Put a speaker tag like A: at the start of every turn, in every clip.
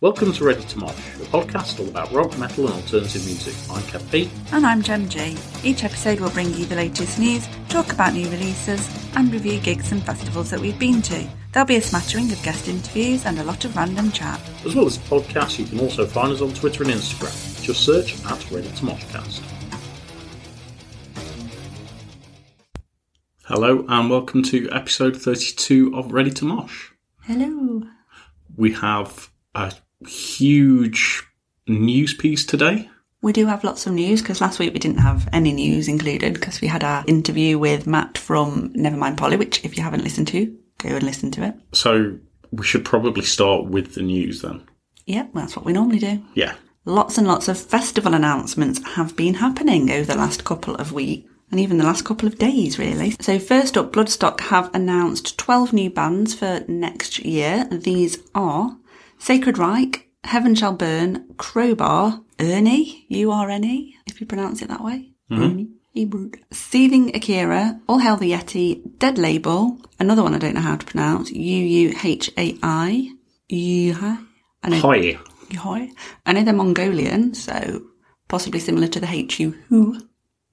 A: Welcome to Ready to Mosh, a podcast all about rock, metal, and alternative music. I'm Kev P.
B: And I'm Gem G. Each episode will bring you the latest news, talk about new releases, and review gigs and festivals that we've been to. There'll be a smattering of guest interviews and a lot of random chat.
A: As well as the podcast, you can also find us on Twitter and Instagram. Just search at Ready to Moshcast. Hello, and welcome to episode 32 of Ready to Mosh.
B: Hello.
A: We have a huge news piece today.
B: We do have lots of news because last week we didn't have any news included because we had our interview with Matt from Nevermind Polly, which if you haven't listened to, go and listen to it.
A: So we should probably start with the news then.
B: Yeah, well, that's what we normally do.
A: Yeah.
B: Lots and lots of festival announcements have been happening over the last couple of weeks and even the last couple of days, really. So, first up, Bloodstock have announced 12 new bands for next year. These are Sacred Reich, Heaven Shall Burn, Crowbar, Ernie, U R N E, if you pronounce it that way. Ernie, Ebroot. Seething Akira, All Hail the Yeti, Dead Label, another one I don't know how to pronounce, U U H A I, Yuhai. I know
A: Hi.
B: Yuhai. I know they're Mongolian, so possibly similar to the H U Who.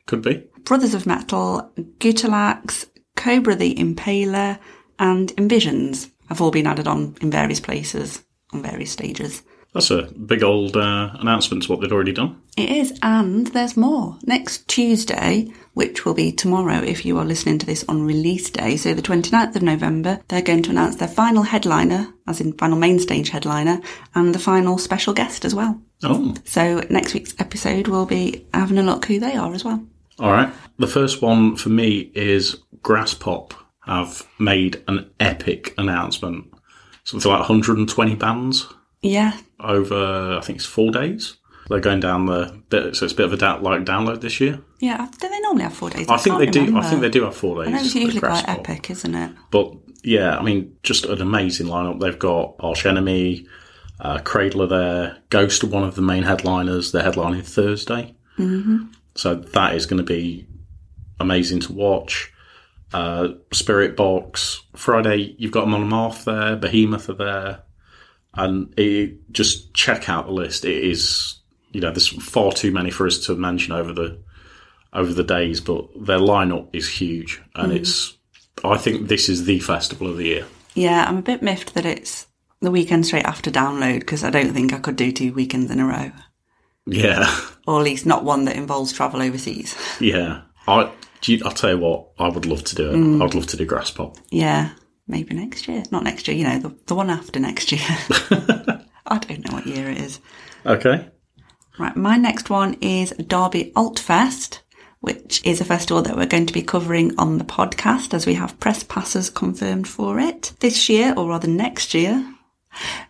A: Could be.
B: Brothers of Metal, Gutalax, Cobra the Impaler, and Envisions have all been added on in various places, on various stages.
A: That's a big old uh, announcement to what they'd already done.
B: It is, and there's more. Next Tuesday, which will be tomorrow if you are listening to this on release day, so the 29th of November, they're going to announce their final headliner, as in final main stage headliner, and the final special guest as well.
A: Oh,
B: So next week's episode will be having a look who they are as well.
A: all right. The first one for me is Grass Pop have made an epic announcement. Something like 120 bands
B: Yeah,
A: over, I think it's four days. They're going down the bit, so it's a bit of a da- like download this year.
B: yeah. Do they normally have four days?
A: I, think
B: can't
A: they do. I
B: remember.
A: think they do have four days.
B: That was
A: with
B: usually
A: Grass
B: quite
A: Pop.
B: epic, isn't it?
A: But yeah, I mean, just an amazing lineup. They've got Arch Enemy, uh, Cradler there, Ghost, one of the main headliners. They're headlining Thursday. Mm-hmm. So that is going to be amazing to watch. Uh, Spirit Box, Friday, you've got Monomarth there, Behemoth are there. And it, just check out the list. It is, you know, there's far too many for us to mention over the over the days, but their lineup is huge, and it's I think this is the festival of the year.
B: Yeah, I'm a bit miffed that it's the weekend straight after download because I don't think I could do two weekends in a row,
A: Yeah,
B: or at least not one that involves travel overseas.
A: yeah. I do you, I'll tell you what, I would love to do it. I'd love to do grass pop.
B: yeah, maybe next year. Not next year, you know, the, the one after next year. I don't know what year it is.
A: Okay.
B: Right, my next one is Derby Altfest, which is a festival that we're going to be covering on the podcast as we have press passes confirmed for it. This year, or rather next year,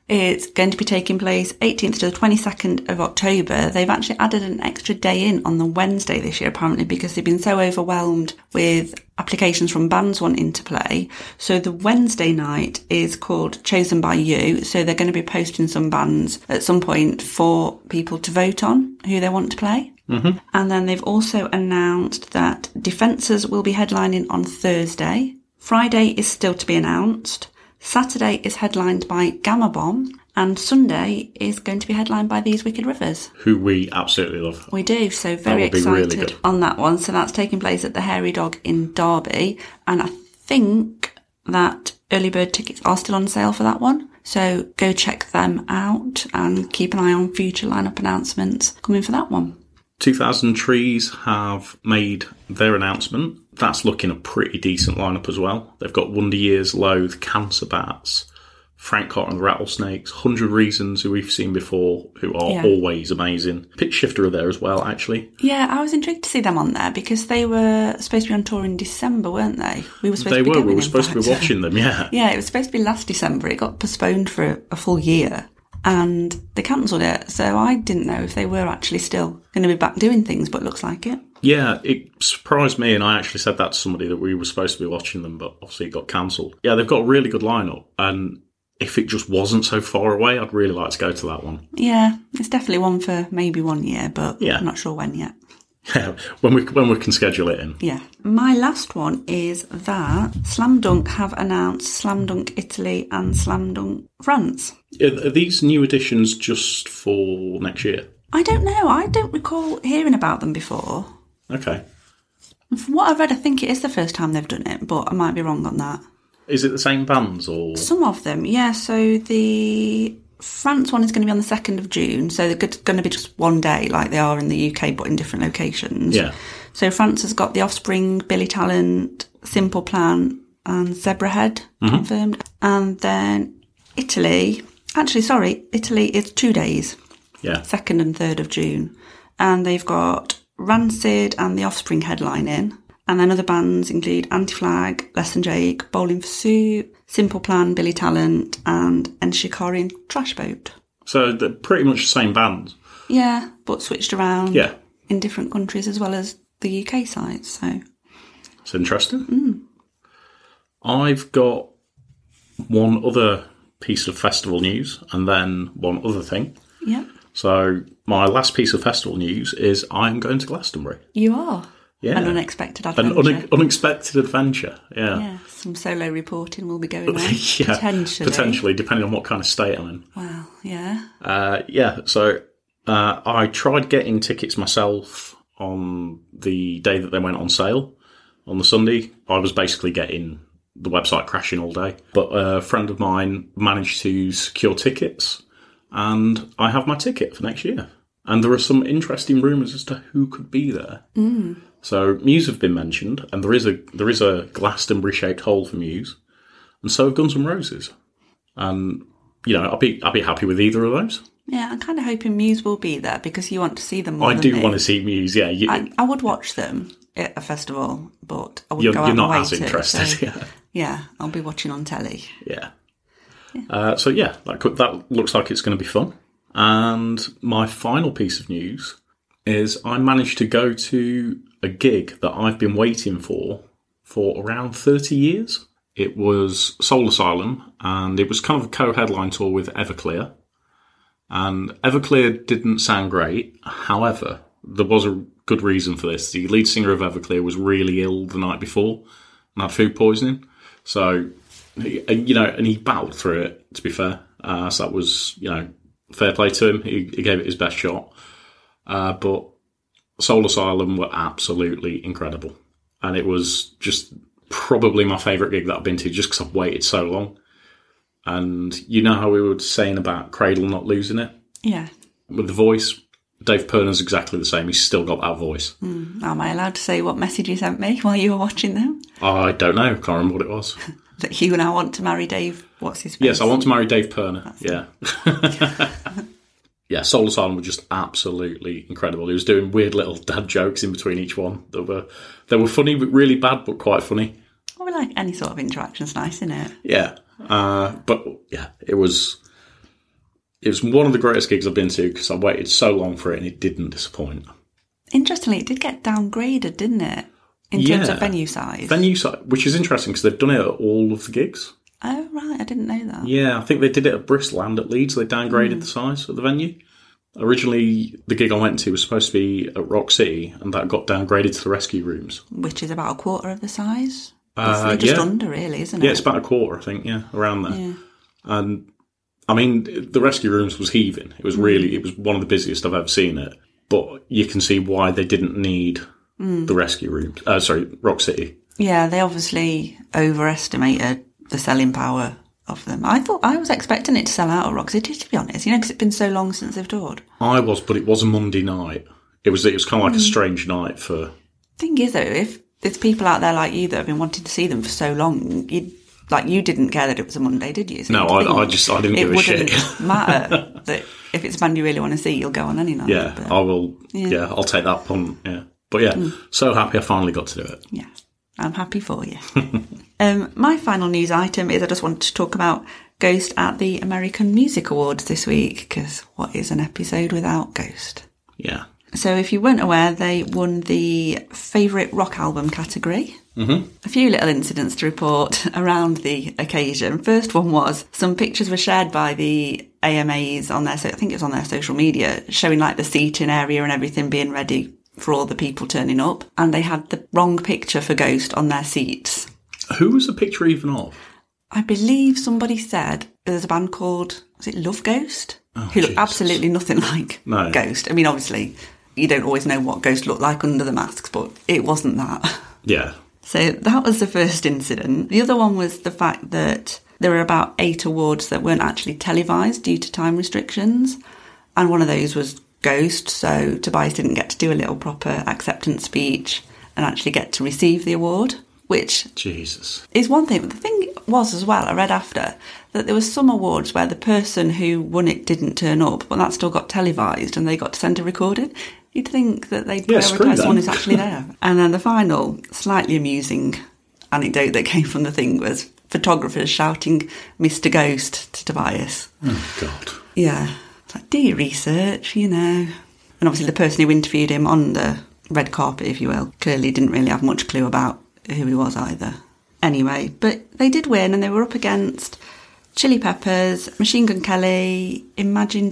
B: it's going to be taking place 18th to the 22nd of October. They've actually added an extra day in on the Wednesday this year, apparently, because they've been so overwhelmed with applications from bands wanting to play. So the Wednesday night is called Chosen by You. So they're going to be posting some bands at some point for people to vote on who they want to play. Mm-hmm. And then they've also announced that Defences will be headlining on Thursday. Friday is still to be announced. Saturday is headlined by Gamma Bomb, and Sunday is going to be headlined by These Wicked Rivers.
A: Who we absolutely love.
B: We do, so very
A: will be really
B: excited
A: good.
B: on that one. So that's taking place at the Hairy Dog in Derby, and I think that early bird tickets are still on sale for that one. So go check them out and keep an eye on future lineup announcements coming for that one.
A: 2000 Trees have made their announcement. That's looking a pretty decent lineup as well. They've got Wonder Years, Loathe, Cancer Bats, Frank Carter and the Rattlesnakes, 100 Reasons, who we've seen before, who are
B: Yeah.
A: always amazing. Pitch Shifter are there as well, actually.
B: Yeah, I was intrigued to see them on there because they were supposed to be on tour in December, weren't they? We were supposed
A: They
B: to be
A: were,
B: going,
A: we were
B: in
A: supposed to be
B: fact.
A: watching them, yeah.
B: Yeah, it was supposed to be last December. It got postponed for a, a full year and they cancelled it. So I didn't know if they were actually still going to be back doing things, but looks like it.
A: Yeah, it surprised me, and I actually said that to somebody that we were supposed to be watching them, but obviously it got cancelled. Yeah, they've got a really good lineup, and if it just wasn't so far away, I'd really like to go to that one.
B: Yeah, it's definitely one for maybe one year, but
A: Yeah.
B: I'm not sure when yet.
A: Yeah, when we when we can schedule it in.
B: Yeah. My last one is that Slam Dunk have announced Slam Dunk Italy and Slam Dunk France.
A: Are, are these new additions just for next year?
B: I don't know. I don't recall hearing about them before.
A: Okay.
B: From what I read, I think it is the first time they've done it, but I might be wrong on that.
A: Is it the same bands or?
B: Some of them, yeah. So the France one is going to be on the 2nd of June, so they're good- going to be just one day like they are in the UK, but in different locations.
A: Yeah.
B: So France has got The Offspring, Billy Talent, Simple Plan, and Zebrahead confirmed. And then Italy, actually, sorry, Italy is two days,
A: Yeah.
B: 2nd and 3rd of June. And they've got Rancid and The Offspring headlining. And then other bands include Anti Flag, Less Than Jake, Bowling for Soup, Simple Plan, Billy Talent, and Enshikari and Trash Boat.
A: So they're pretty much the same bands.
B: Yeah, but switched around
A: Yeah.
B: in different countries as well as the UK sites. So
A: It's interesting. I've got one other piece of festival news and then one other thing.
B: Yeah,
A: So my last piece of festival news is I'm going to Glastonbury.
B: you are.
A: Yeah.
B: An unexpected
A: An
B: adventure.
A: une- unexpected adventure. Yeah.
B: yeah, some solo reporting will be going on.
A: Yeah,
B: potentially.
A: potentially, depending on what kind of state I'm in.
B: Well, yeah.
A: Uh, yeah, so uh, I tried getting tickets myself on the day that they went on sale on the Sunday. I was basically getting the website crashing all day, but a friend of mine managed to secure tickets, and I have my ticket for next year. And there are some interesting rumours as to who could be there. So Muse have been mentioned, and there is a there is a Glastonbury shaped hole for Muse, and so have Guns N' Roses. And you know, I'll be I'll be happy with either of those.
B: Yeah, I'm kind of hoping Muse will be there because you want to see them more
A: I
B: than
A: do
B: me.
A: want to see Muse. Yeah, you,
B: I, I would watch them at a festival, but I
A: you're,
B: wouldn't go out
A: you're
B: my
A: not
B: way
A: as
B: to,
A: interested.
B: so,
A: yeah,
B: yeah, I'll be watching on telly.
A: yeah. Uh, so yeah, that could, that looks like it's going to be fun. And my final piece of news is I managed to go to a gig that I've been waiting for for around thirty years. It was Soul Asylum, and it was kind of a co-headline tour with Everclear. And Everclear didn't sound great. However, there was a good reason for this. The lead singer of Everclear was really ill the night before and had food poisoning. So, he- you know, and he battled through it, to be fair. Uh, so that was, you know, fair play to him. He, he gave it his best shot. Uh, but Soul Asylum were absolutely incredible. And it was just probably my favourite gig that I've been to just because I've waited so long. And you know how we were saying about Cradle not losing it?
B: Yeah.
A: with the voice, Dave Perner's exactly the same. He's still got that voice.
B: Am I allowed to say what message you sent me while you were watching them?
A: I don't know. Can't remember what it was.
B: That you and I want to marry Dave. What's his face?
A: yes, I want to marry Dave Perner. yeah. yeah, Soul Asylum were just absolutely incredible. He was doing weird little dad jokes in between each one that were they were funny, but really bad, but quite funny.
B: I would Oh, like any sort of interaction's nice, isn't it?
A: Yeah. Uh, but yeah, it was it was one of the greatest gigs I've been to because I waited so long for it and it didn't disappoint.
B: Interestingly, it did get downgraded, didn't it? In terms
A: Yeah.
B: of venue size.
A: Venue side, which is interesting because they've done it at all of the gigs.
B: oh, right. I didn't know that.
A: Yeah, I think they did it at Bristol and at Leeds. They downgraded the size of the venue. Originally, the gig I went to was supposed to be at Rock City, and that got downgraded to the rescue rooms.
B: Which is about a quarter of the size.
A: Uh,
B: It's just
A: yeah.
B: under, really, isn't
A: Yeah,
B: it?
A: it's about a quarter, I think. Yeah, around there.
B: Yeah.
A: And I mean, the rescue rooms was heaving. It was really, it was one of the busiest I've ever seen it. But you can see why they didn't need the rescue rooms. Uh, sorry, Rock City.
B: Yeah, they obviously overestimated the selling power of them. I thought I was expecting it to sell out at Rock City, to be honest, you know, because it's been so long since they've toured.
A: I was, but it was a Monday night. It was, it was kind of like a strange night for
B: Thing is, though, if there's people out there like you that have been wanting to see them for so long, you like you didn't care that it was a Monday, did you? So
A: No,
B: you'd
A: I-
B: think
A: I just- I didn't
B: it
A: give a shit.
B: wouldn't matter that if it's a band you really want to see, you'll go on any night.
A: Yeah,
B: but- Mm.
A: I will. Yeah. I'll take that pun. Yeah, but yeah, so happy I finally got to do it.
B: Yeah, I'm happy for you. um, my final news item is I just wanted to talk about Ghost at the American Music Awards this week because what is an episode without Ghost?
A: Yeah,
B: So, if you weren't aware, they won the favourite rock album category. Mm-hmm. A few little incidents to report around the occasion. First one was some pictures were shared by the AMAs on their, so I think it was on their social media, showing like the seating area and everything being ready for all the people turning up, and they had the wrong picture for Ghost on their seats.
A: Who was the picture even of?
B: I believe somebody said there's a band called was it Love Ghost who look
A: Oh, Jesus.
B: absolutely nothing like
A: No.
B: Ghost. I mean, obviously, you don't always know what Ghost looked like under the masks, but it wasn't that.
A: Yeah.
B: So that was the first incident. The other one was the fact that there were about eight awards that weren't actually televised due to time restrictions, and one of those was Ghost. So Tobias didn't get to do a little proper acceptance speech and actually get to receive the award, which
A: Jesus.
B: is one thing. But the thing was as well, I read after that there was some awards where the person who won it didn't turn up, but that still got televised and they got to send a recording. You'd think that they'd
A: Yeah, screw
B: prioritise
A: them.
B: someone who's actually there. and then the final, slightly amusing anecdote that came from the thing was photographers shouting "Mr. Ghost" to Tobias.
A: Oh, God.
B: Yeah. It's like, do your research, you know. And obviously, the person who interviewed him on the red carpet, if you will, clearly didn't really have much clue about who he was either. Anyway, but they did win and they were up against Chili Peppers, Machine Gun Kelly, Imagine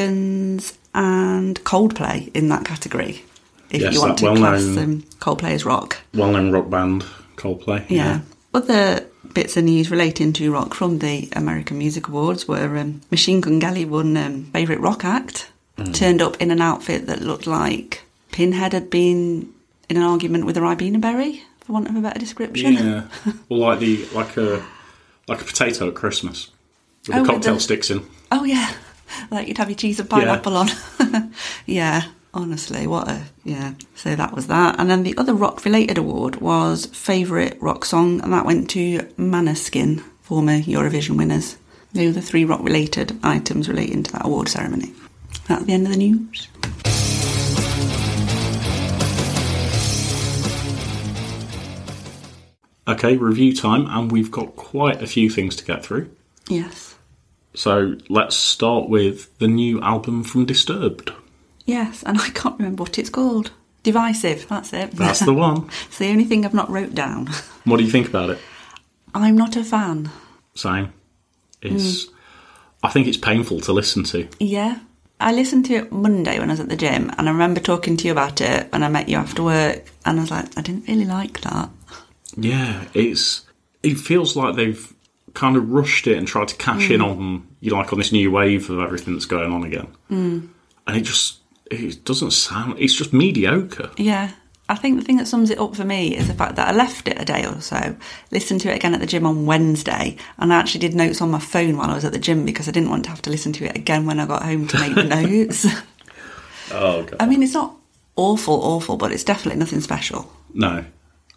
B: Dragons, and Coldplay in that category. If
A: Yes,
B: you want
A: that
B: to class
A: well-known-
B: them, Coldplay as rock.
A: Well known rock band, Coldplay.
B: Yeah. Other bits of news relating to rock from the American Music Awards were um, Machine Gun Kelly won um, Favourite Rock Act, turned up in an outfit that looked like Pinhead had been in an argument with a Ribena berry, for want of a better description.
A: Yeah. well, like the like a like a potato at Christmas with
B: Oh,
A: the
B: with
A: cocktail
B: the-
A: sticks in.
B: Oh, yeah. Like you'd have your cheese and pineapple on. yeah. Honestly, what a. Yeah. So that was that. And then the other rock related award was Favourite Rock Song, and that went to Maneskin, former Eurovision winners. They were the three rock related items relating to that award ceremony. That's the end of the news.
A: Okay, review time, and we've got quite a few things to get through.
B: Yes.
A: So let's start with the new album from Disturbed.
B: Yes. And I can't remember what it's called. Divisive. That's it.
A: That's the one.
B: it's the only thing I've not wrote down.
A: What do you think about it?
B: I'm not a fan.
A: Same. It's. I think it's painful to listen to.
B: Yeah. I listened to it Monday when I was at the gym and I remember talking to you about it when I met you after work and I was like, I didn't really like that.
A: Yeah, it's. It feels like they've kind of rushed it and tried to cash in on you know, like on this new wave of everything that's going on again. Mm. And it just it doesn't sound. It's just mediocre.
B: Yeah. I think the thing that sums it up for me is the fact that I left it a day or so, listened to it again at the gym on Wednesday, and I actually did notes on my phone while I was at the gym because I didn't want to have to listen to it again when I got home to make the notes.
A: Oh god.
B: I mean, it's not awful, awful, but it's definitely nothing special.
A: no.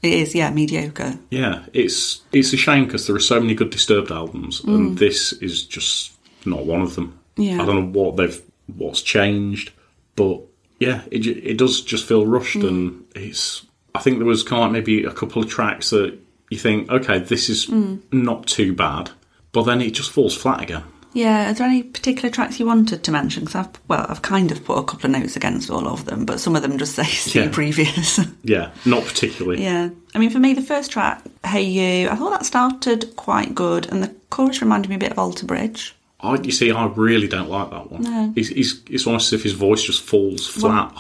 B: It is, yeah, mediocre.
A: Yeah, it's it's a shame because there are so many good Disturbed albums, and this is just not one of them.
B: Mm. Yeah.
A: I don't know what they've what's changed, but yeah, it ju- it does just feel rushed,
B: Mm.
A: and it's. I think there was kind of like maybe a couple of tracks that you think, okay, this is
B: Mm.
A: not too bad, but then it just falls flat again.
B: Yeah, are there any particular tracks you wanted to mention? 'Cause I've, well, I've kind of put a couple of notes against all of them, but some of them just say see
A: Yeah.
B: previous.
A: Yeah, not particularly.
B: yeah. I mean, for me, the first track, Hey You, I thought that started quite good, and the chorus reminded me a bit of Alter Bridge.
A: I, you see, I really don't like that one.
B: No.
A: It's, it's it's almost as if his voice just falls flat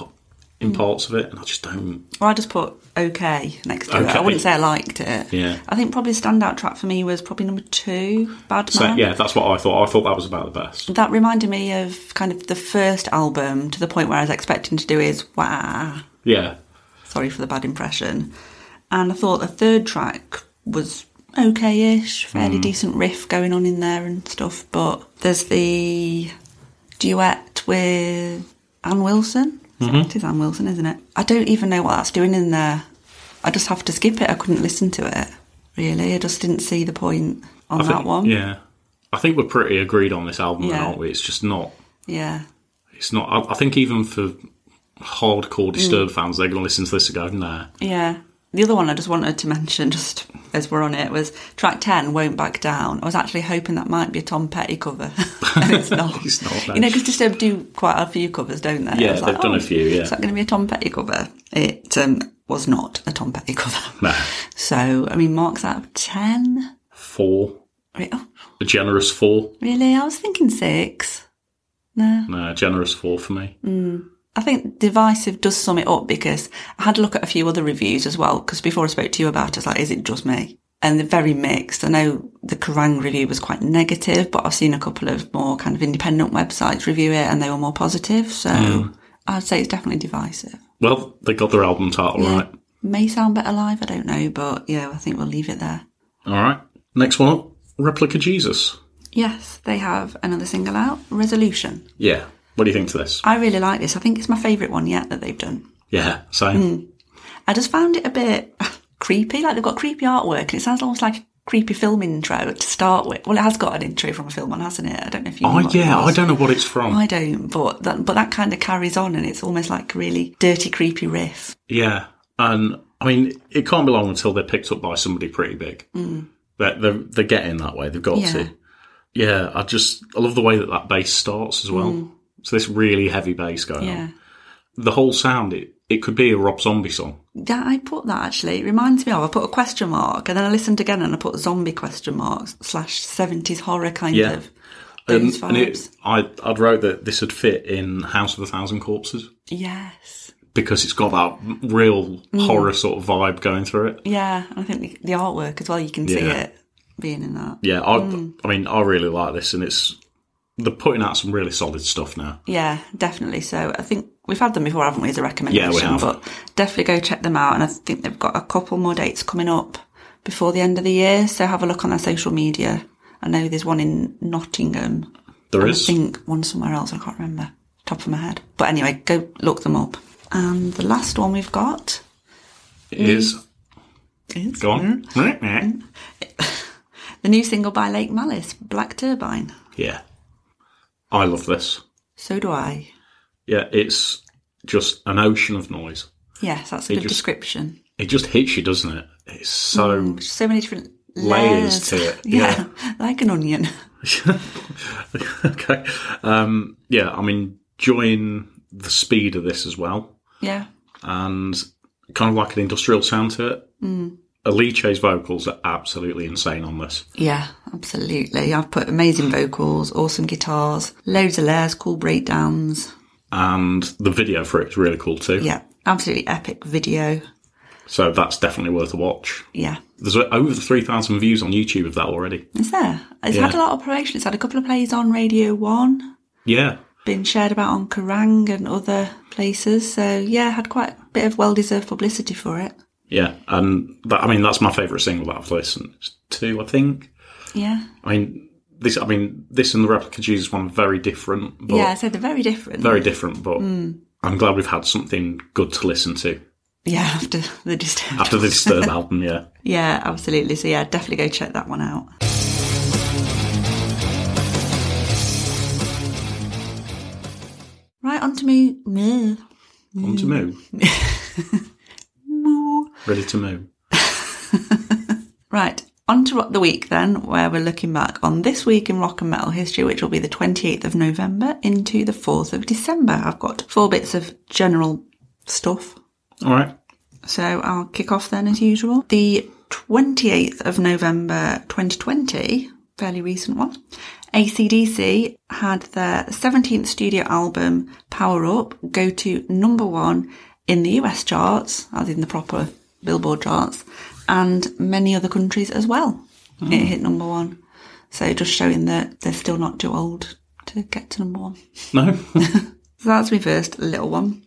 B: Mm.
A: in parts of it, and I just don't.
B: Well, I just put okay next to it. I
A: Okay.
B: wouldn't say I liked it.
A: Yeah.
B: I think probably the standout track for me was probably number two, Bad
A: So
B: Man.
A: yeah, that's what I thought. I thought that was about the best.
B: That reminded me of kind of the first album to the point where I was expecting to do is wow.
A: Yeah,
B: Sorry for the bad impression. And I thought the third track was okay ish, fairly
A: Hmm.
B: decent riff going on in there and stuff. But there's the duet with Anne Wilson.
A: Mm-hmm.
B: It is Anne Wilson, isn't it? I don't even know what that's doing in there. I just have to skip it. I couldn't listen to it, really. I just didn't see the point on
A: I
B: that
A: think,
B: one.
A: Yeah, I think we're pretty agreed on this album, then,
B: Yeah.
A: aren't we? It's just not.
B: Yeah.
A: It's not. I, I think even for hardcore
B: Mm.
A: Disturbed fans, they're going to listen to this and go, "Nah."
B: Yeah. The other one I just wanted to mention, just as we're on it, was track 10, Won't Back Down. I was actually hoping that might be a Tom Petty cover. and it's not.
A: It's not, no.
B: You know, because Disturbed do quite a few covers, don't they? I
A: Yeah,
B: was "Oh,
A: they've done a few, yeah.
B: Is that going to be a Tom Petty cover? It um, was not a Tom Petty cover.
A: No.
B: So, I mean, marks out of 10.
A: Four,
B: I mean, Oh,
A: a generous four.
B: really? I was thinking six. No. Mm.
A: No, a generous four for me.
B: I think divisive does sum it up because I had a look at a few other reviews as well. Because before I spoke to you about it, it's like, is it just me? And they're very mixed. I know the Kerrang review was quite negative, but I've seen a couple of more kind of independent websites review it and they were more positive. So I'd say it's definitely divisive.
A: Well, they got their album title right.
B: May sound better live, I don't know, but yeah, I think we'll leave it there.
A: All right. Next one up Replica Jesus.
B: Yes, they have another single out, Resolution.
A: Yeah. What do you think to this?
B: I really like this. I think it's my favourite one yet that they've done.
A: Yeah, same.
B: Mm. I just found it a bit creepy. Like they've got creepy artwork and it sounds almost like a creepy film intro to start with. Well, it has got an intro from a film on, hasn't it? I don't know if you.
A: Oh,
B: know what it
A: yeah, I
B: was.
A: don't know what it's from.
B: I don't, but that, but that kind of carries on, and it's almost like a really dirty, creepy riff.
A: Yeah, and I mean, it can't be long until they're picked up by somebody pretty big. Mm. They're, they're they're getting that way. They've got
B: Yeah.
A: to. Yeah, I just I love the way that that bass starts as well. So this really heavy bass going on.
B: Mm. Yeah,
A: The whole sound it it could be a Rob Zombie song.
B: yeah. I put that actually. It reminds me of. I put a question mark, and then I listened again, and I put zombie question marks slash seventies horror kind
A: Yeah.
B: of those
A: and
B: vibes.
A: it, I I wrote that this would fit in House of a Thousand Corpses
B: yes.
A: because it's got that real
B: Mm.
A: horror sort of vibe going through it.
B: Yeah, and I think the, the artwork as well. You can see
A: Yeah.
B: it being in that.
A: Yeah, I
B: Mm.
A: I mean I really like this, and it's they're putting out some really solid stuff now.
B: Yeah, definitely. So I think we've had them before, haven't we, as a recommendation?
A: Yeah, we have.
B: But definitely go check them out. And I think they've got a couple more dates coming up before the end of the year. So have a look on their social media. I know there's one in Nottingham.
A: There
B: and
A: is.
B: I think one somewhere else. I can't remember. Top of my head. But anyway, go look them up. And the last one we've got
A: is
B: is
A: go on.
B: the new single by Lake Malice, Black Turbine.
A: Yeah, I love this.
B: So do I.
A: Yeah, it's just an ocean of noise.
B: Yes, that's a good
A: just-
B: description.
A: It just hits you, doesn't it? It's so
B: So many different
A: Layers to it,
B: yeah. like an onion.
A: okay. Um, yeah, I'm enjoying the speed of this as well,
B: Yeah.
A: and kind of like an industrial sound to it. Mm. Alice's vocals are absolutely insane on this.
B: Yeah, absolutely. I've put amazing vocals, awesome guitars, loads of layers, cool breakdowns.
A: and the video for it is really cool too.
B: Yeah, absolutely epic video.
A: So that's definitely worth a watch.
B: Yeah.
A: There's over 3,000 views on YouTube of that already.
B: It's there. It's had a lot of promotion. It's had a couple of plays on Radio 1,
A: Yeah.
B: been shared about on Kerrang and other places. So, yeah, had quite a bit of well deserved publicity for it.
A: Yeah. And that, I mean, that's my favourite single that I've listened to, I think.
B: Yeah.
A: I mean, this, I mean, this and the Replica Jesus one are very different, but
B: yeah, Hmm. so they're very different.
A: very different, but I'm glad we've had something good to listen to
B: yeah, after the disturbed.
A: after the Disturb album. Yeah.
B: Yeah, absolutely. So, yeah, definitely go check that one out. Right, on to me. me-
A: On to move.
B: moo.
A: Ready to move.
B: Right, on to Rock the Week then, where we're looking back on this week in rock and metal history, which will be the 28th of November into the 4th of December. I've got four bits of general stuff
A: All right.
B: So I'll kick off then as usual. The 28th of November 2020, fairly recent one, ACDC had their 17th studio album, Power Up, go to number one in the US charts, as in the proper Billboard charts, and many other countries as well. It hit number one. So just showing that they're still not too old to get to number one.
A: No.
B: So that's my first little one.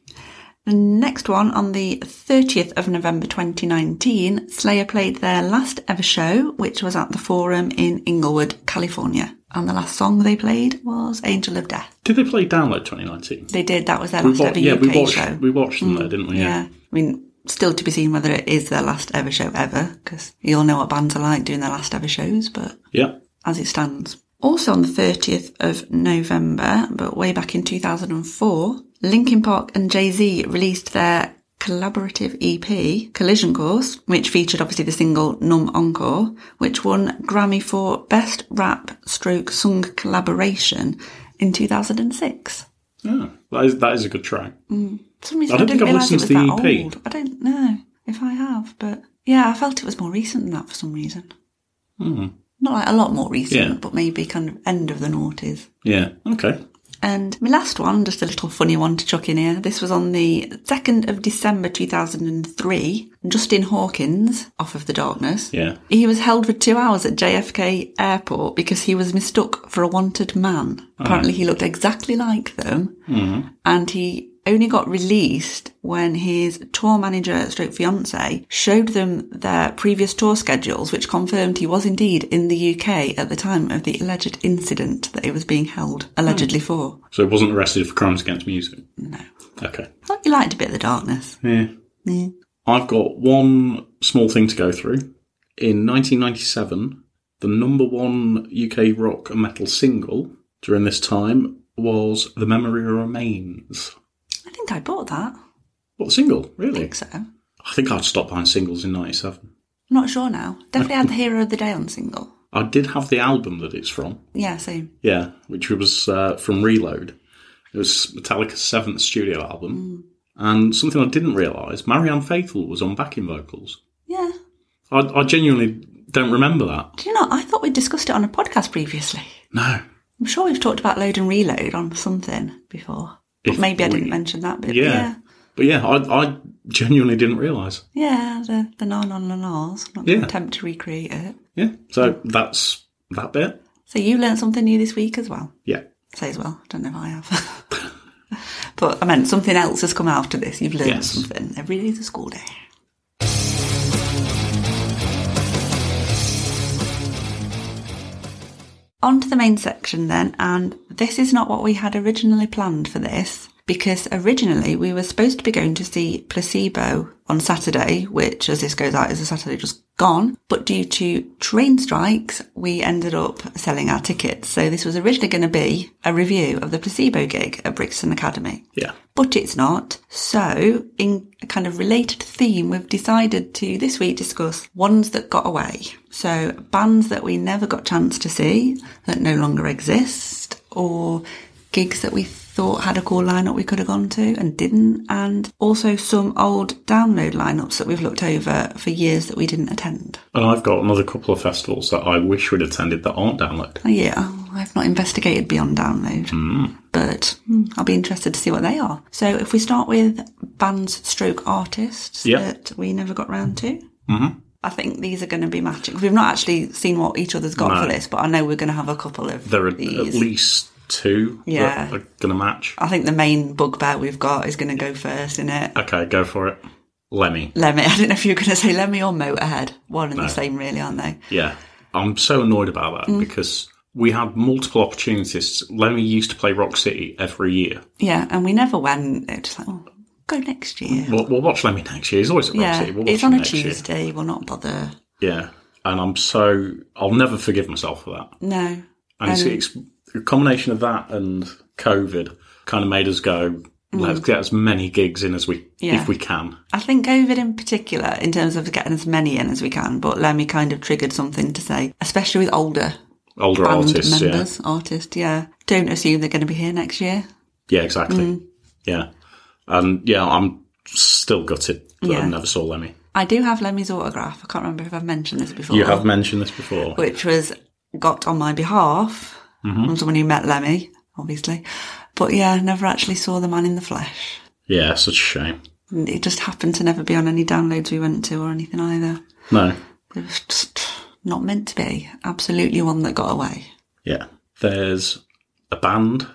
B: The next one on the 30th of November 2019, Slayer played their last ever show, which was at the Forum in Inglewood, California. And the last song they played was Angel of Death.
A: Did they play Download 2019?
B: They did, that was their
A: We
B: last
A: wa-
B: ever
A: yeah,
B: UK
A: we watched,
B: show. Hmm.
A: we watched them there, didn't we?
B: yeah. I mean, still to be seen whether it is their last ever show ever, because you all know what bands are like doing their last ever shows, but
A: Yeah.
B: as it stands. Also on the 30th of November, but way back in 2004, Linkin Park and Jay-Z released their collaborative EP, Collision Course, which featured obviously the single Numb Encore, which won Grammy for Best Rap Stroke Sung Collaboration in 2006.
A: Yeah, Ah, that is that is a good track.
B: For some reason,
A: I
B: I,
A: don't
B: didn't
A: think I've
B: realise it was
A: listened
B: that
A: to the E EP.
B: old. I don't know if I have, but yeah, I felt it was more recent than that for some reason. Not like a lot more recent,
A: Hmm. Yeah.
B: but maybe kind of end of the noughties.
A: Yeah. Okay.
B: And my last one, just a little funny one to chuck in here. This was on the 2nd of December 2003. Justin Hawkins, off of the darkness.
A: Yeah.
B: He was held for two hours at JFK airport because he was mistook for a wanted man. Apparently, he looked exactly like them. And he only got released when his tour manager, stroke fiance, showed them their previous tour schedules, which confirmed he was indeed in the UK at the time of the alleged incident that he was being held allegedly for.
A: So it wasn't arrested for crimes against music?
B: No.
A: Okay.
B: I thought you liked a bit of the darkness.
A: Yeah. I've got one small thing to go through. In 1997, the number one UK rock and metal single during this time was The Memory Remains.
B: I think I bought that.
A: What single,
B: I
A: really?
B: think so. I'm
A: I think I'd stopped buying singles in 97.
B: not sure now. Definitely had the Hero of the Day on single.
A: I did have the album that it's from,
B: Yeah, same.
A: yeah, which was uh, from Reload. It was Metallica's seventh studio album. And something I didn't realise, Marianne Faithfull was on backing vocals.
B: Yeah.
A: I, I genuinely don't remember that.
B: Do you know, I thought we discussed it on a podcast previously.
A: No,
B: I'm sure we've talked about load and reload on something before. But
A: If
B: maybe I
A: we-
B: didn't mention that bit. but
A: Yeah.
B: Yeah.
A: But yeah, I, I genuinely didn't realise.
B: Yeah, the, the non on the nars. Not going
A: Yeah.
B: to attempt to recreate it.
A: Yeah. So that's that bit.
B: So you learned something new this week as well.
A: Yeah.
B: Say as well. Don't know if I have. but I meant something else has come after this. You've learned
A: Yes.
B: something. Every day's a school day. On to the main section then, and this is not what we had originally planned for this because originally we were supposed to be going to see Placebo on Saturday, which as this goes out is a Saturday just gone, but due to train strikes, we ended up selling our tickets. So this was originally going to be a review of the Placebo gig at Brixton Academy
A: Yeah.
B: but it's not. So, in a kind of related theme, we've decided to this week discuss ones that got away. So, bands that we never got chance to see that no longer exist, or gigs that we thought had a cool lineup we could have gone to and didn't, and also some old download lineups that we've looked over for years that we didn't attend.
A: And I've got another couple of festivals that I wish we'd attended that aren't downloaded.
B: Oh, Yeah, I've not investigated beyond download,
A: Hmm.
B: but mm, I'll be interested to see what they are. So if we start with bands stroke artists
A: Yep.
B: that we never got round to, mm-hmm. I think these are going to be matching. We've not actually seen what each other's got for this, but I know we're going to have a couple of
A: There are at
B: these.
A: least two
B: Yeah.
A: that are gonna match.
B: I think the main bugbear we've got is going to go first, isn't it?
A: Okay, go for it. Lemmy.
B: Lemmy, I don't know if you're going to say Lemmy or Motorhead. One and the same, really, aren't they?
A: Yeah. I'm so annoyed about
B: Mm.
A: that because we had multiple opportunities. Lemmy used to play Rock City every year.
B: Yeah, and we never went. It's like, oh, go next year.
A: We'll, we'll watch Lemmy next year. He's always at Rock
B: Yeah,
A: City. We'll watch
B: it's
A: him
B: on a
A: next year.
B: Tuesday. We'll not bother.
A: Yeah. And I'm so I'll never forgive myself for that.
B: No.
A: And it's, it's a combination of that and COVID kind of made us go, let's get as many gigs in as we
B: Mm. Yeah.
A: if we can.
B: I think COVID in particular, in terms of getting as many in as we can, but Lemmy kind of triggered something to say, especially with older
A: Older
B: band
A: artists,
B: members, artists, yeah. Don't assume they're going to be here next year.
A: yeah, yeah, exactly,
B: Mm.
A: yeah, and yeah, I'm still gutted that
B: Yeah.
A: I never saw Lemmy.
B: I do have Lemmy's autograph. I can't remember if I've mentioned this before.
A: You have mentioned this before.
B: Which was got on my behalf
A: Mm-hmm.
B: from someone who met Lemmy, obviously. But yeah, never actually saw the man in the flesh.
A: Yeah, such a shame.
B: And It just happened to never be on any downloads we went to or anything either.
A: No,
B: It was just not meant to be. Absolutely one that got away.
A: yeah, there's a band,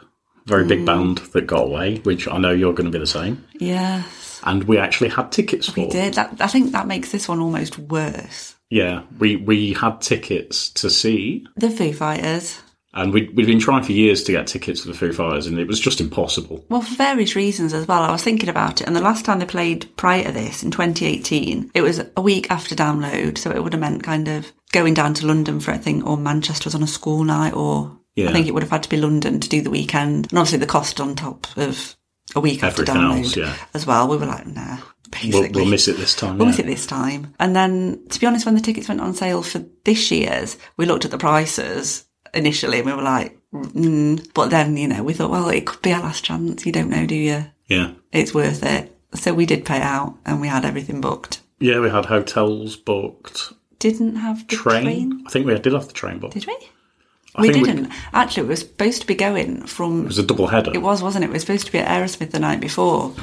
A: very big
B: Mm.
A: band that got away, which I know you're going to be the same,
B: Yes.
A: and we actually had tickets for.
B: We did. That, I think that makes this one almost worse.
A: Yeah, we we had tickets to see
B: The Foo Fighters.
A: And we'd, we'd been trying for years to get tickets to the Foo Fighters, and it was just impossible.
B: Well, for various reasons as well. I was thinking about it, and the last time they played prior to this in 2018, it was a week after download, so it would have meant kind of going down to London for a thing, or Manchester was on a school night, or I
A: Yeah.
B: think it would have had to be London to do the weekend, and obviously the cost on top of a week
A: Everything
B: after download
A: else, yeah.
B: as well. We were like, nah, basically.
A: We'll, we'll miss it this time.
B: We'll
A: yeah.
B: miss it this time. And then, to be honest, when the tickets went on sale for this year's, we looked at the prices initially and we were like, mm. but then, you know, we thought, well, it could be our last chance. You don't know, do you?
A: Yeah.
B: It's worth it. So we did pay out and we had everything booked.
A: Yeah, we had hotels booked,
B: Didn't have the
A: train.
B: train.
A: I think we did have the train booked.
B: Did we?
A: I
B: we
A: think we-
B: didn't. Actually, we were supposed to be going from.
A: It was a double header.
B: It was, wasn't it? We were supposed to be at Aerosmith the night before.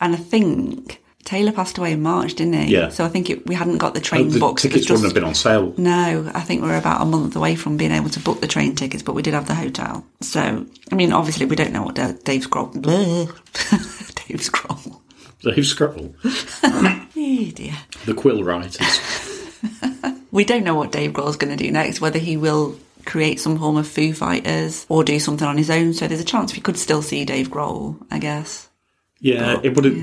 B: And I think Taylor passed away in March, didn't he?
A: Yeah. Oh,
B: So I think it, we hadn't got the train
A: the
B: booked. It was
A: tickets wouldn't have been on sale.
B: No, I think we're about a month away from being able to book the train tickets, but we did have the hotel. So, I mean, obviously, we don't know what Da- Dave Grohl. bleh. Dave Grohl.
A: Dave Scrabble,
B: Eh, dear.
A: the quill writers.
B: We don't know what Dave Grohl's going to do next, whether he will create some form of Foo Fighters or do something on his own. So, there's a chance we could still see Dave Grohl, I guess.
A: Yeah,
B: Oh,
A: it would have.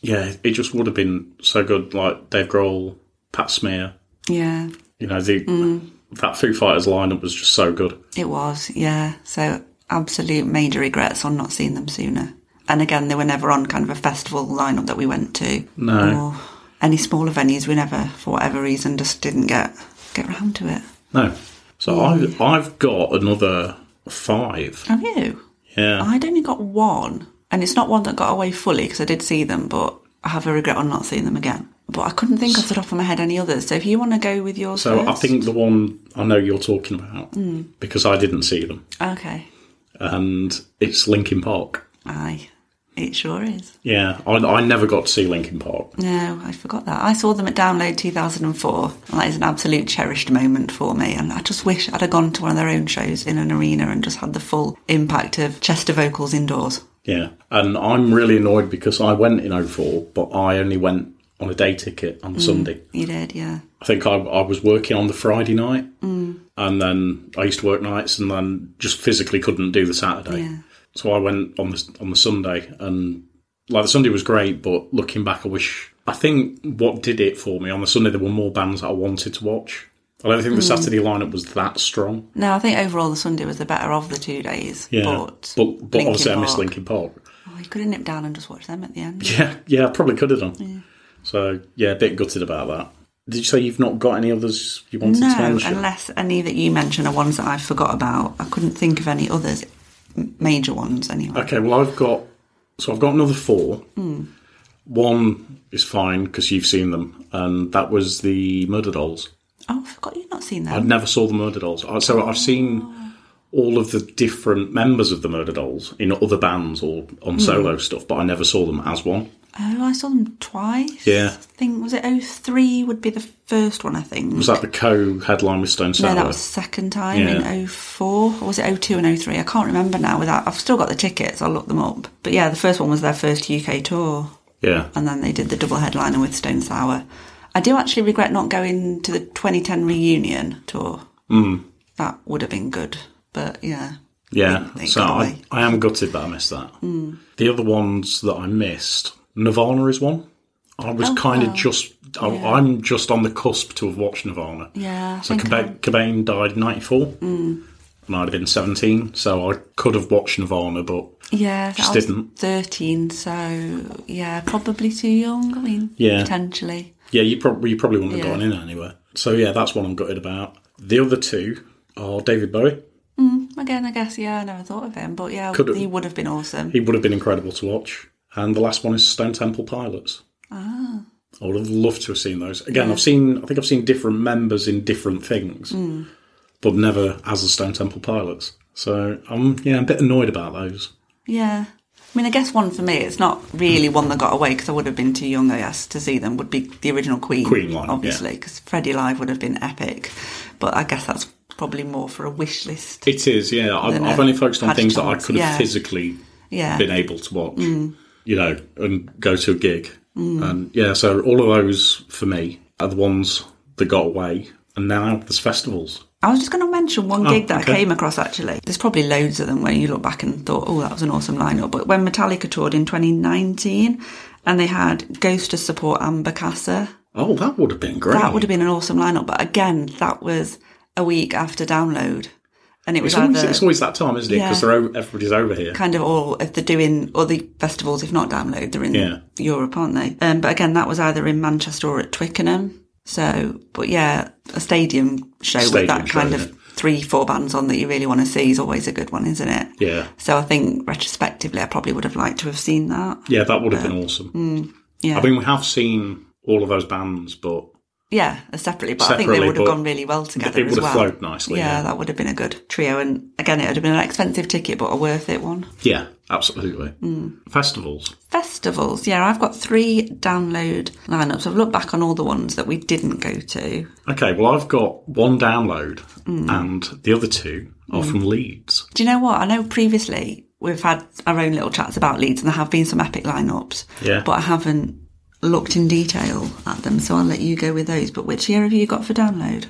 A: Yeah. it just would have been so good. Like Dave Grohl, Pat Smear.
B: Yeah,
A: You know, the
B: Mm.
A: that Foo Fighters lineup was just so good.
B: it was. Yeah. So, absolute major regrets on not seeing them sooner. And again, they were never on kind of a festival lineup that we went to.
A: No.
B: Or any smaller venues. We never, for whatever reason, just didn't get get round to it.
A: No, so I've I've got another five.
B: Have you?
A: Yeah,
B: I'd only got one, and it's not one that got away fully because I did see them, but I have a regret on not seeing them again. But I couldn't think off the top of my head any others. So if you want to go with yours,
A: so I
B: first.
A: think the one I know you're talking about because I didn't see them,
B: okay,
A: and it's Linkin Park.
B: aye, it sure is.
A: Yeah, I, I never got to see Linkin Park.
B: No, I forgot that. I saw them at Download 2004, and that is an absolute cherished moment for me. And I just wish I'd have gone to one of their own shows in an arena and just had the full impact of Chester vocals indoors.
A: Yeah, and I'm really annoyed because I went in 04, but I only went on a day ticket on the Sunday.
B: You did, yeah.
A: I think I, I was working on the Friday night,
B: Mm.
A: and then I used to work nights, and then just physically couldn't do the Saturday.
B: Yeah.
A: So I went on the on the Sunday, and like the Sunday was great, but looking back, I wish I think what did it for me on the Sunday there were more bands that I wanted to watch. I don't think the
B: Mm.
A: Saturday lineup was that strong.
B: No, I think overall the Sunday was the better of the two days.
A: Yeah,
B: But,
A: but but,
B: Linkin
A: obviously I missed
B: Park-
A: Linkin Park.
B: Oh, you could have nipped down and just watched them at the end.
A: Yeah, yeah, I probably could have done. So yeah, a bit gutted about that. Did you say you've not got any others you wanted to
B: No,
A: mention?
B: unless any that you mention are ones that I forgot about. I couldn't think of any others, m- major ones anyway.
A: Okay, well, I've got so I've got another four. One is fine because you've seen them, and that was the Murder Dolls.
B: Oh, I forgot you've not seen
A: I
B: them.
A: never saw the Murder Dolls, I- so I've seen all of the different members of the Murder Dolls in other bands or
B: Hmm.
A: on solo stuff, but I never saw them as one.
B: Oh, I saw them twice.
A: Yeah.
B: I think, was it 03 would be the first one, I think.
A: Was that the co-headline with Stone Sour?
B: no, that was second time
A: Yeah.
B: in 04. Or was it 02 and 03? I can't remember now. Without, I've still got the tickets. I'll look them up. But yeah, the first one was their first UK tour.
A: yeah,
B: and then they did the double headliner with Stone Sour. I do actually regret not going to the 2010 reunion tour.
A: Hmm.
B: Mm. That would have been good, but yeah,
A: yeah.
B: They- they
A: so
B: got
A: I,
B: away.
A: I am gutted that I missed that. The other ones that I missed, Nirvana is one. I was
B: Oh,
A: kind of just. I, I'm just on the cusp to have watched Nirvana.
B: yeah. I Mm.
A: So
B: think
A: Cobain, Cobain died in 94, and I'd have been 17, so I could have watched Nirvana, but
B: I- yeah, so I
A: just
B: was
A: didn't.
B: 13, so yeah, probably too young. I mean,
A: Yeah.
B: potentially.
A: yeah, you, prob- you probably wouldn't have
B: Yeah.
A: gone in anywhere. So yeah, that's one I'm gutted about. The other two are David Bowie.
B: Again, I guess yeah, I never thought of him, but yeah,
A: Could've-
B: he would have been awesome.
A: He would have been incredible to watch. And the last one is Stone Temple Pilots. Ah. I would have loved to have seen those. Again, I've seen, I think I've seen different members in different things,
B: Hmm.
A: but never as the Stone Temple Pilots. So I'm, yeah, I'm a bit annoyed about those.
B: Yeah. I mean, I guess one for me, it's not really one that got away because I would have been too young, I guess, to see them, would be the original Queen.
A: Queen lineup,
B: Obviously, because Freddie Live would have been epic. But I guess that's probably more for a wish list.
A: It is, yeah. I've,
B: Than a
A: I've only focused on
B: had a
A: things that I
B: chance,
A: could have
B: yeah. Hmm.
A: physically
B: Yeah.
A: been able to watch, you know, and go to a gig.
B: Hmm.
A: And yeah, so all of those for me are the ones that got away. And now there's festivals.
B: I was just going to mention one gig that
A: Oh, okay.
B: I came across actually. There's probably loads of them when you look back and thought, oh, that was an awesome lineup. But when Metallica toured in 2019 and they had Ghost to support Amber Casser,
A: Oh, that would have been great.
B: that would have been an awesome lineup. But again, that was a week after download. And it was
A: It's always,
B: either.
A: it's always that time, isn't it? Because
B: Yeah.
A: they're o- everybody's over here.
B: kind of all if they're doing or the festivals if not download they're in
A: Yeah.
B: europe aren't they um, but again that was either in manchester or at twickenham so but yeah a stadium show with
A: Stadium
B: that
A: show,
B: kind
A: isn't
B: of
A: it?
B: three four bands on that you really want to see is always a good one isn't it
A: Yeah,
B: so i think retrospectively i probably would have liked to have seen that
A: yeah, that would have been awesome.
B: mm, yeah
A: I mean, we have seen all of those bands, but
B: yeah, as separately, but I think
A: Separately,
B: they would have
A: but
B: gone really well together
A: it would
B: as
A: have
B: well.
A: flowed nicely,
B: Yeah,
A: yeah.
B: that would have been a good trio. And again, it would have been an expensive ticket, but a worth it one.
A: Yeah, absolutely.
B: Mm.
A: Festivals.
B: Festivals. Yeah, I've got three download lineups. I've looked back on all the ones that we didn't go to.
A: Okay, well, I've got one download,
B: Mm.
A: and the other two are from Leeds.
B: Do you know what? I know previously we've had our own little chats about Leeds and there have been some epic lineups.
A: Yeah.
B: But I haven't looked in detail at them, so I'll let you go with those. But which year have you got for download?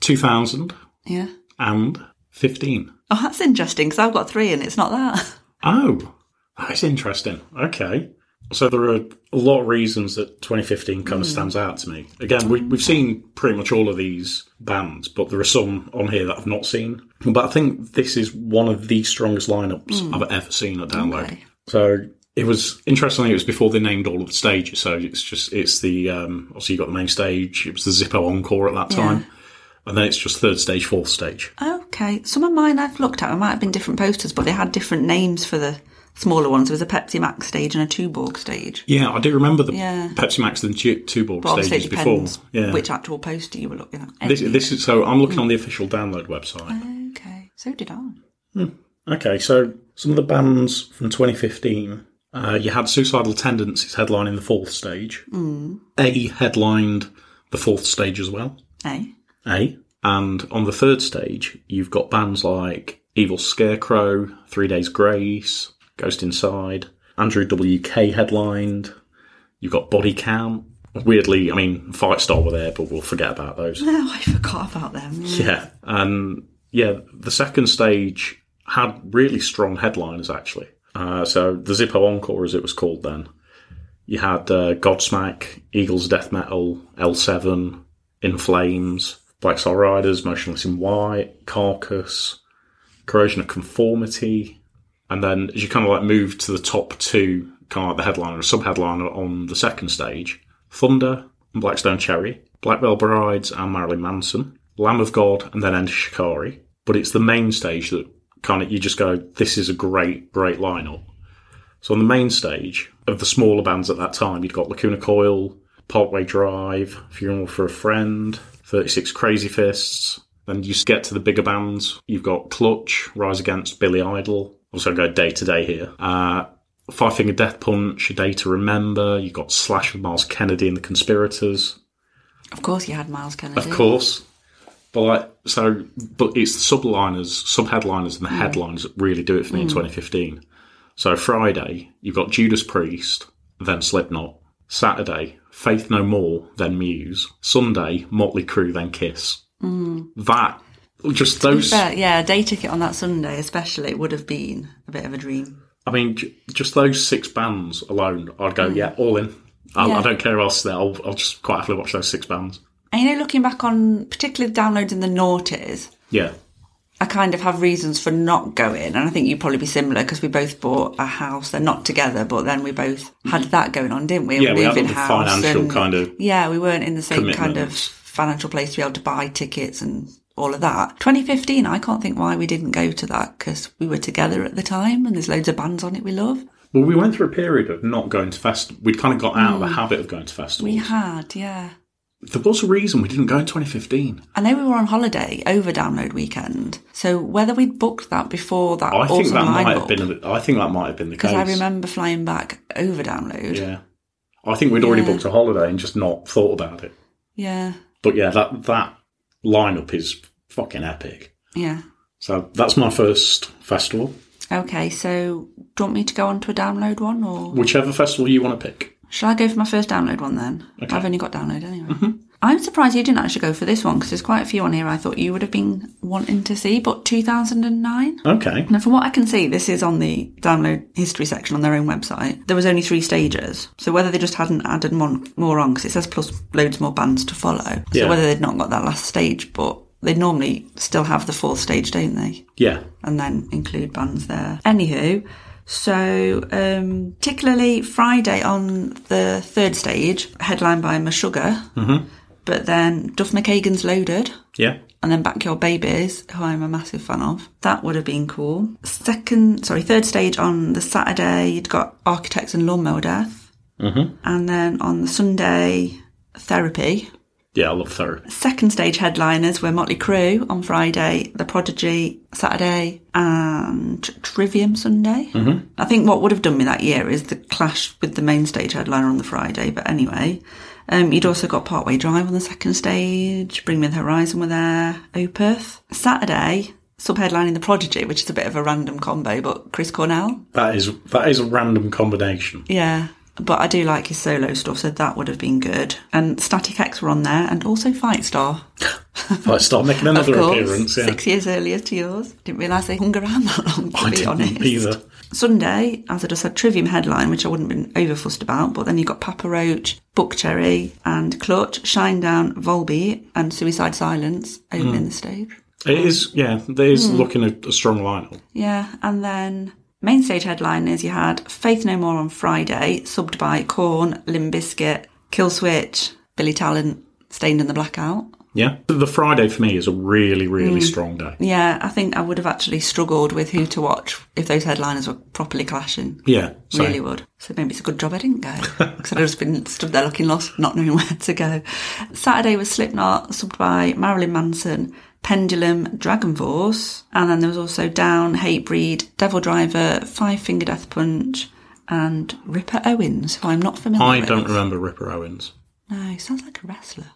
A: 2000
B: Yeah.
A: and 15.
B: Oh, that's interesting because I've got three and it's not that.
A: Oh, that's interesting. Okay. So there are a lot of reasons that 2015 kind of stands out to me. Again, we, we've seen pretty much all of these bands, but there are some on here that I've not seen. But I think this is one of the strongest lineups I've ever seen at download.
B: Okay.
A: So it was interestingly, it was before they named all of the stages. So it's just it's the um, obviously you got the main stage. It was the Zippo Encore at that time, and then it's just third stage, fourth stage.
B: Okay. Some of mine I've looked at, it might have been different posters, but they had different names for the smaller ones. There was a Pepsi Max stage and a Tuborg stage.
A: Yeah, I do remember the
B: Yeah.
A: Pepsi Max and two, two ball
B: But obviously,
A: stages
B: it depends
A: before. Yeah.
B: which Mm. actual poster you were looking at.
A: This, this is so. I'm looking on the official download website.
B: okay. So did I.
A: Okay, so some of the bands from 2015. Uh, you had Suicidal Tendencies headlining the fourth stage.
B: Mm.
A: A headlined the fourth stage as well.
B: Eh?
A: A and on the third stage, you've got bands like Evil Scarecrow, Three Days Grace, Ghost Inside, Andrew WK headlined. You've got Body Count. Weirdly, I mean, Fight Star were there, but we'll forget about those.
B: No, I forgot about them.
A: Yeah. And yeah, the second stage had really strong headliners, actually. Uh, so the Zippo Encore, as it was called then, you had uh, Godsmack, Eagles Death Metal, L7, In Flames, Black Star Riders, Motionless in White, Carcass, Corrosion of Conformity. And then as you kind of like move to the top two, kind of like the headliner, sub headliner on the second stage, Thunder and Blackstone Cherry, Black Veil Brides and Marilyn Manson, Lamb of God, and then Enter Shikari. But it's the main stage that kind of you just go, this is a great, great lineup. So on the main stage of the smaller bands at that time, you'd got Lacuna Coil, Parkway Drive, Funeral for a Friend, 36 Crazy Fists. Then you get to the bigger bands. You've got Clutch, Rise Against, Billy Idol. Also go day to day here. Uh, Five Finger Death Punch, A Day to Remember. You've got Slash with Miles Kennedy and the Conspirators.
B: Of course, you had Miles Kennedy.
A: Of course. But like so but it's the subliners, subheadliners and the headlines that really do it for me in twenty fifteen. So Friday, you've got Judas Priest, then Slipknot. Saturday, Faith No More, then Muse. Sunday, Motley Crue, then Kiss. That just those
B: But yeah, a day ticket on that Sunday, especially, would have been a bit of a dream.
A: I mean j- just those six bands alone, I'd go, yeah, all in. I,
B: Yeah.
A: I don't care who else is there. I'll, I'll just quite happily watch those six bands.
B: And you know, looking back on particularly downloads in the noughties,
A: Yeah.
B: I kind of have reasons for not going. And I think you'd probably be similar because we both bought a house. They're not together, but then we both had that going on, didn't we?
A: Mm. Yeah, we had
B: Moving
A: the financial
B: and-
A: kind of
B: Yeah, we weren't in the same kind of
A: commitments.
B: financial place to be able to buy tickets and all of that. 2015, I can't think why we didn't go to that because we were together at the time and there's loads of bands on it we love.
A: Well, we went through a period of not going to festivals. We'd kind of got out of the habit of going to festivals.
B: Mm. We had, yeah.
A: there was a reason we didn't go in 2015.
B: I know we were on holiday over download weekend. So whether we'd booked that before that,
A: Oh, I think
B: awesome
A: that might have
B: lineup,
A: been. I think that might have been the case.
B: because I remember flying back over download.
A: Yeah, I think we'd already
B: Yeah.
A: booked a holiday and just not thought about it.
B: Yeah.
A: But yeah, that that lineup is fucking epic.
B: yeah.
A: So that's my first festival.
B: Okay, so do you want me to go on to a download one or
A: Whichever festival you want to pick.
B: shall I go for my first download one then? I've only got download anyway. I'm surprised you didn't actually go for this one because there's quite a few on here I thought you would have been wanting to see, but 2009?
A: Okay.
B: Now, from what I can see, this is on the download history section on their own website. There was only three stages, so whether they just hadn't added mon- more on, because it says plus loads more bands to follow, so
A: Yeah.
B: whether they'd not got that last stage, but they normally still have the fourth stage, don't they?
A: Yeah.
B: and then include bands there. Anywho, so um, particularly Friday on the third stage, headlined by Meshuggah, but then Duff McKagan's Loaded,
A: Yeah.
B: and then Backyard Babies, who I'm a massive fan of. That would have been cool. Second, sorry, third stage on the Saturday, you'd got Architects and Lawnmower Death, and then on the Sunday, Therapy.
A: Yeah, I love therapy.
B: Second stage headliners were Motley Crue on Friday, The Prodigy Saturday, and Trivium Sunday. Mm-hmm. I think what would have done me that year is the clash with the main stage headliner on the Friday. But anyway, um, you'd also got Partway Drive on the second stage, Bring Me the Horizon were there, Opeth. Saturday, sub-headlining The Prodigy, which is a bit of a random combo, but Chris Cornell.
A: That is that is a random combination.
B: Yeah. But I do like his solo stuff, so that would have been good. And Static X were on there, and also Fight Star.
A: I start making another
B: of course,
A: appearance. Yeah.
B: six years earlier to yours. Didn't realise they hung around that long, to
A: I
B: be
A: didn't
B: honest.
A: either.
B: Sunday, as I just said, Trivium headline, which I wouldn't have been over fussed about, but then you got Papa Roach, Bookcherry, and Clutch, Shinedown, Volbeat, and Suicide Silence
A: Hmm.
B: opening the stage.
A: It is, yeah, there
B: Hmm.
A: is looking a, a strong lineup.
B: Yeah, and then main stage headliners you had Faith No More on Friday, subbed by Corn, Limb Biscuit, Killswitch, Billy Talent, Stained in the Blackout.
A: Yeah. The Friday for me is a really, really
B: Hmm.
A: strong day.
B: Yeah, I think I would have actually struggled with who to watch if those headliners were properly clashing.
A: Yeah. So
B: Really would. So maybe it's a good job I didn't go because I'd have just been stood there looking lost, not knowing where to go. Saturday was Slipknot, subbed by Marilyn Manson, Pendulum, Dragon Force, and then there was also Down, Hatebreed, Devil Driver, Five Finger Death Punch, and Ripper Owens, who I'm not familiar
A: I
B: with.
A: don't remember Ripper Owens.
B: No, he sounds like a wrestler.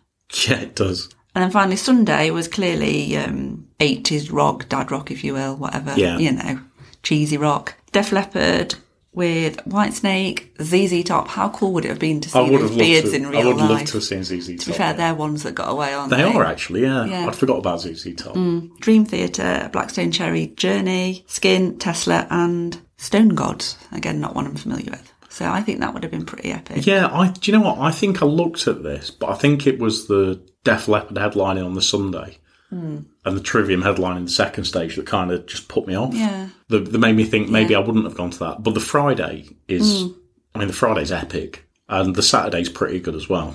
A: Yeah, it does.
B: And then finally, Sunday was clearly um, 80s rock, dad rock, if you will, whatever.
A: Yeah.
B: You know, cheesy rock. Def Leppard with Whitesnake, ZZ Top. How cool would it have been to see
A: I would
B: those
A: have loved to.
B: beards in real
A: I would
B: life?
A: love to have seen ZZ Top.
B: to be fair, they're ones that got away, aren't they?
A: They are actually, yeah.
B: Yeah. Hmm.
A: I'd forgot about ZZ Top.
B: Dream Theatre, Blackstone Cherry, Journey, Skin, Tesla, and Stone Gods. Again, not one I'm familiar with. So I think that would have been pretty epic.
A: Yeah, I do you know what? I think I looked at this, but I think it was the Def Leppard headlining on the Sunday
B: Hmm.
A: and the Trivium headlining the second stage that kind of just put me off.
B: Yeah.
A: That, that made me think maybe I wouldn't have gone to that. But the Friday
B: Hmm.
A: is, I mean, the Friday's epic and the Saturday's pretty good as well.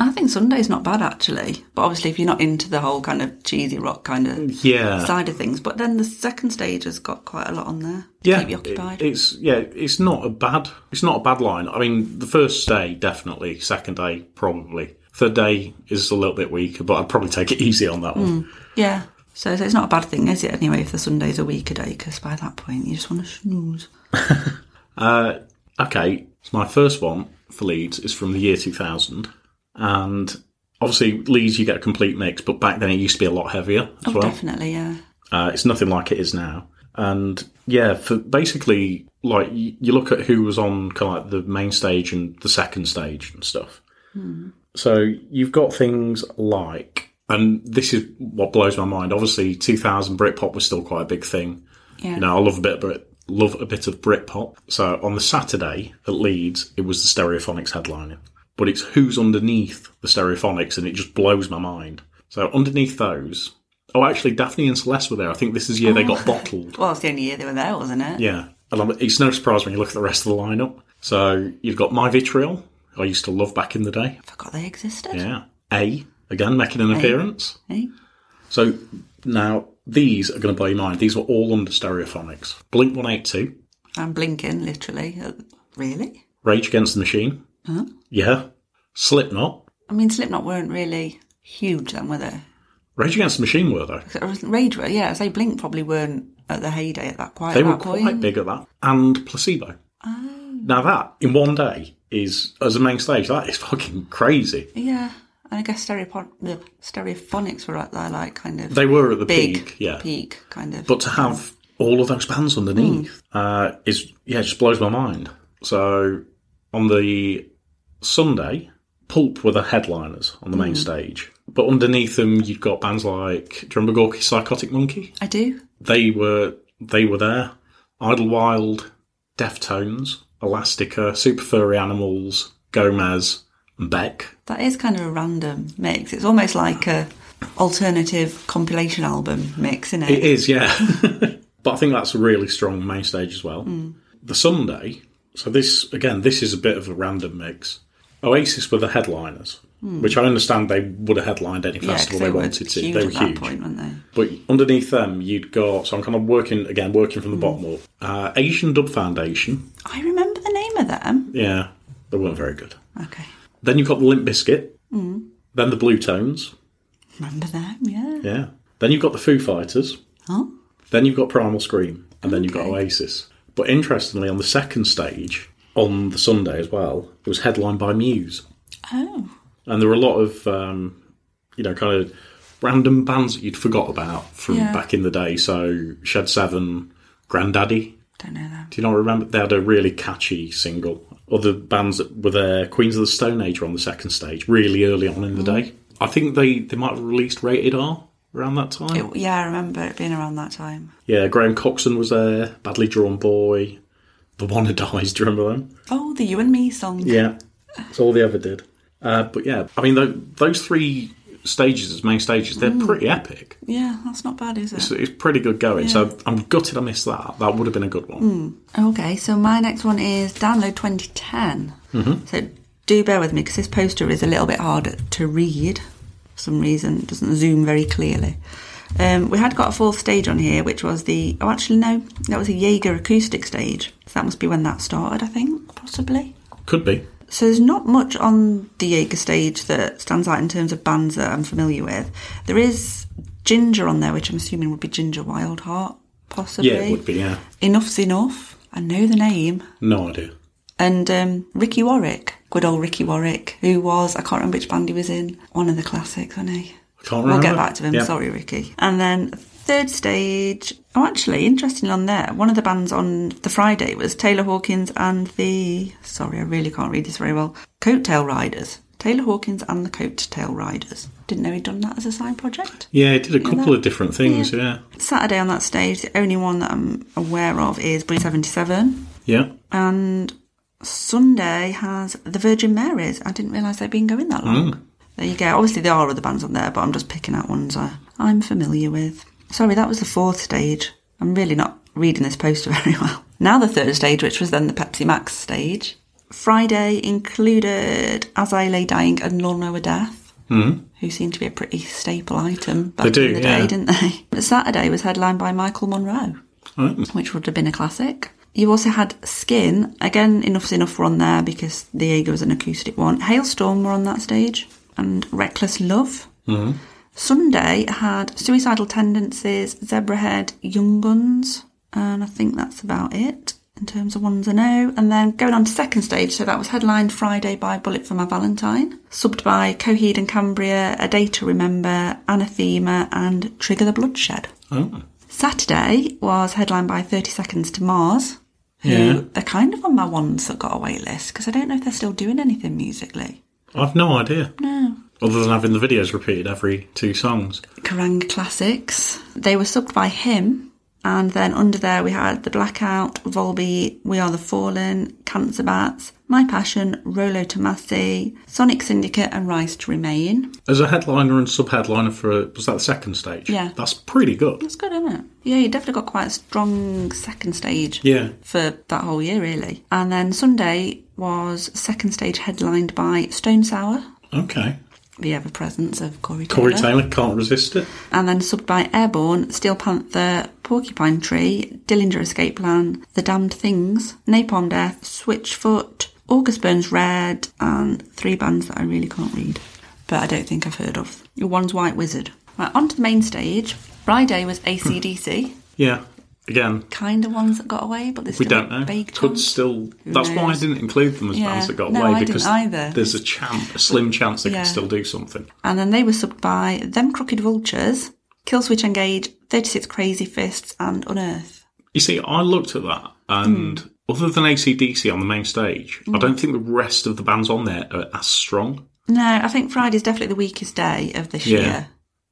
B: I think Sunday's not bad, actually. But obviously, if you're not into the whole kind of cheesy rock kind of
A: Yeah.
B: side of things. But then the second stage has got quite a lot on there. to
A: yeah,
B: Keep you occupied.
A: it- it's yeah, it's not a bad, it's not a bad line. I mean, the first day definitely, second day probably, third day is a little bit weaker, but I'd probably take it easy on that
B: Hmm.
A: one.
B: yeah. So, so it's not a bad thing, is it, anyway, if the Sunday's a week a day? Because by that point, you just want to snooze.
A: Okay, so my first one for Leeds is from the year 2000. And obviously, Leeds, you get a complete mix, but back then it used to be a lot heavier
B: Oh,
A: as well.
B: Definitely, yeah.
A: Uh, it's nothing like it is now. And yeah, for basically, like y- you look at who was on kind of like the main stage and the second stage and stuff. So you've got things like, and this is what blows my mind. Obviously, 2000 Britpop was still quite a big thing.
B: Yeah.
A: You know, I love a bit of Brit, love a bit of Britpop. So on the Saturday at Leeds, it was the Stereophonics headlining, but it's who's underneath the Stereophonics, and it just blows my mind. So underneath those, oh, actually, Daphne and Celeste were there. I think this is the year they got bottled.
B: Well, it's the only year they were there, wasn't it?
A: Yeah, and I'm, it's no surprise when you look at the rest of the lineup. So you've got My Vitriol, who I used to love back in the day.
B: Forgot they existed.
A: Yeah, A again making an appearance.
B: Eh?
A: So now these are going to blow your mind. These were all under Stereophonics. Blink One Eight Two.
B: I'm blinking, literally. Uh, Really?
A: Rage Against the Machine. Yeah. Slipknot.
B: I mean, Slipknot weren't really huge then, were they?
A: Rage Against the Machine were though.
B: 'Cause it wasn't- Rage were, yeah. Say Blink probably weren't at the heyday at that quite
A: They Oh.
B: at
A: were
B: that point.
A: quite big at that. And Placebo. Now that in one day is as a main stage. That is fucking crazy.
B: Yeah. And I guess stereopon- the stereophonics were at their like kind of
A: They were at the
B: big
A: peak. Yeah.
B: peak kind of.
A: But to have all of those bands underneath uh, is yeah, just blows my mind. So on the Sunday, Pulp were the headliners on the main stage. But underneath them, you've got bands like do you remember Gorky's Psychotic Monkey?
B: I do.
A: they were they were there. Idlewild, Deftones, Elastica, Super Furry Animals, Gomez, and Beck.
B: That is kind of a random mix. It's almost like a alternative compilation album mix, isn't it?
A: It is, yeah. but I think that's a really strong main stage as well.
B: Mm.
A: The Sunday, so this again, this is a bit of a random mix. Oasis were the headliners, which I understand they would have headlined any
B: Hmm. Yeah, 'cause
A: festival they,
B: were
A: wanted to.
B: huge
A: They were
B: at that
A: huge.
B: point, weren't they?
A: But underneath them, you'd got, so I'm kind of working, again, working from the
B: Hmm.
A: bottom up. Uh, Asian Dub Foundation,
B: I remember the name of them.
A: yeah, they weren't very good.
B: Okay. Hmm.
A: Then you've got the Limp Biscuit, Then the Blue Tones.
B: Remember them? Yeah.
A: Yeah. Then you've got the Foo Fighters.
B: Oh,
A: Then you've got Primal Scream, and then you've got
B: Okay.
A: Oasis. But interestingly, on the second stage, on the Sunday as well, it was headlined by Muse,
B: oh,
A: and there were a lot of, um, you know, kind of random bands that you'd forgot about from
B: Yeah.
A: back in the day. So Shed Seven, Grandaddy.
B: don't know them.
A: Do you not remember? They had a really catchy single. Other bands that were there, Queens of the Stone Age, were on the second stage really early on in the
B: Oh.
A: day. I think they they might have released Rated R around that time.
B: It, yeah, I remember it being around that time.
A: Yeah, Graham Coxon was there, Badly Drawn Boy, The One Who Dies, do you remember them?
B: Oh, the You and Me song.
A: Yeah, that's all they ever did. Uh, but yeah, I mean, tho- those three stages as main stages, they're
B: Mm.
A: pretty epic.
B: Yeah, that's not bad, is it?
A: It's, it's pretty good going. So I'm gutted I missed that. That would have been a good
B: Mm.
A: one.
B: Okay, so my next one is Download 2010.
A: Mm-hmm.
B: So do bear with me because this poster is a little bit hard to read for some reason. It doesn't zoom very clearly. Um, we had got a fourth stage on here, which was the. Oh, actually, no, that was a Jaeger acoustic stage. So that must be when that started, I think, possibly.
A: Could be.
B: So there's not much on the Jaeger stage that stands out in terms of bands that I'm familiar with. There is Ginger on there, which I'm assuming would be Ginger Wildheart, possibly.
A: Yeah, it would be, yeah.
B: Enough's Enough. I know the name.
A: No idea.
B: And um, Ricky Warwick, good old Ricky Warwick, who was, I can't remember which band he was in, one of the classics, wasn't he?
A: I can't
B: We'll
A: remember.
B: get back to him,
A: Uh-huh. Yeah.
B: sorry, Ricky. And then third stage, oh, actually, interestingly on there, one of the bands on the Friday was Taylor Hawkins and the, sorry, I really can't read this very well, Coattail Riders. Taylor Hawkins and the Coattail Riders. Didn't know he'd done that as a side project.
A: Yeah, it did a couple
B: that-
A: of different things, yeah.
B: Saturday on that stage, the only one that I'm aware of is Blink 77.
A: Yeah.
B: and Sunday has the Virgin Marys. I didn't realise they'd been going that long.
A: Hmm.
B: There you go. Obviously, there are other bands on there, but I'm just picking out ones I, I'm familiar with. Sorry, that was the fourth stage. I'm really not reading this poster very well. Now, the third stage, which was then the Pepsi Max stage. Friday included As I Lay Dying and Lawn Mower Death, who seemed to be a pretty staple item back
A: Hmm. They do,
B: in the day,
A: yeah.
B: didn't they? But Saturday was headlined by Michael Monroe
A: Oh,
B: which would have been a classic. You also had Skin. Again, Enough's Enough were on there because the Jaeger was an acoustic one. Hailstorm were on that stage, and Reckless Love. Sunday had Suicidal Tendencies, Zebrahead, Young Guns, and I think that's about it in terms of ones I know. And then going on to second stage, so that was headlined Friday by Bullet for My Valentine, subbed by Coheed and Cambria, A Day to Remember, Anathema, and Trigger the Bloodshed.
A: oh.
B: Saturday was headlined by 30 Seconds to Mars, who
A: Yeah.
B: are kind of on my ones that got a wait list because I don't know if they're still doing anything musically.
A: I've no idea.
B: No.
A: Other than having the videos repeated every two songs.
B: Kerrang Classics. They were subbed by him. And then under there we had The Blackout, Volby, We Are the Fallen, Cancer Bats, My Passion, Rolo Tomasi, Sonic Syndicate and Rise to Remain.
A: As a headliner and sub-headliner for was that the second stage?
B: Yeah.
A: that's pretty good.
B: That's good, isn't it? Yeah, you definitely got quite a strong second stage.
A: Yeah,
B: for that whole year really. And then Sunday was second stage headlined by Stone Sour,
A: okay.
B: the ever presence of Corey Taylor.
A: Corey Taylor can't resist it.
B: And then subbed by Airborne, Steel Panther, Porcupine Tree, Dillinger Escape Plan, The Damned Things, Napalm Death, Switchfoot, August Burns Red, and three bands that I really can't read, but I don't think I've heard of. One's White Wizard. Right, onto the main stage. Friday was ACDC.
A: Yeah, again,
B: Kind of ones that got away, but there's
A: we
B: still
A: don't
B: a
A: know.
B: vague
A: Could
B: chance.
A: still. That's why I
B: knows?
A: didn't include them as
B: Yeah.
A: bands that got
B: No,
A: away
B: I didn't
A: because
B: either.
A: there's a chance, a slim chance they
B: Yeah.
A: could still do something.
B: And then they were subbed by Them Crooked Vultures, Killswitch Engage, 36 Crazy Fists, and Unearth.
A: You see, I looked at that, and
B: Hmm.
A: other than ACDC on the main stage, I don't think the rest of the bands on there are as strong.
B: No, I think Friday's definitely the weakest day of this
A: Yeah.
B: year,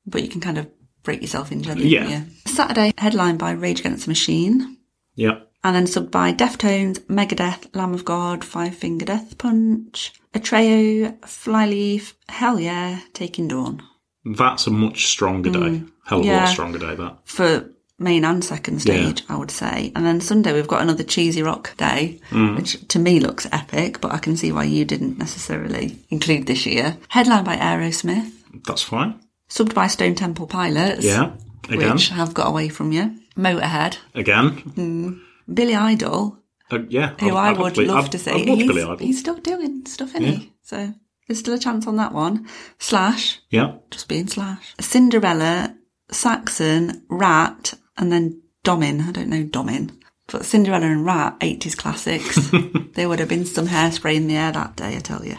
B: but you can kind of break yourself in general.
A: Yeah.
B: Saturday, headlined by Rage Against the Machine,
A: Yeah,
B: and then subbed by Deftones, Megadeth, Lamb of God, Five Finger Death Punch, Atreo, Flyleaf, Hell Yeah, Taking Dawn.
A: that's a much stronger day. Hell of a
B: Hmm. Yeah.
A: lot stronger day. That.
B: for main and second stage, I would say. And then Sunday we've got another cheesy rock day,
A: Mm.
B: which to me looks epic, but I can see why you didn't necessarily include this year. Headlined by Aerosmith,
A: That's fine.
B: subbed by Stone Temple Pilots,
A: Yeah. Again.
B: which have got away from you. Motorhead,
A: Again.
B: Billy Idol,
A: Uh, yeah.
B: who
A: I'd-
B: i
A: I'd
B: would
A: Billy-
B: love
A: I'd-
B: to see.
A: I'd watch
B: he's,
A: Billy Idol.
B: he's still doing stuff, isn't he? So There's still a chance on that one. Slash,
A: Yeah.
B: just being slash. Cinderella, Saxon, Rat, and then Domin. I don't know Domin. But Cinderella and Rat, 80s classics. there would have been some hairspray in the air that day, I tell you.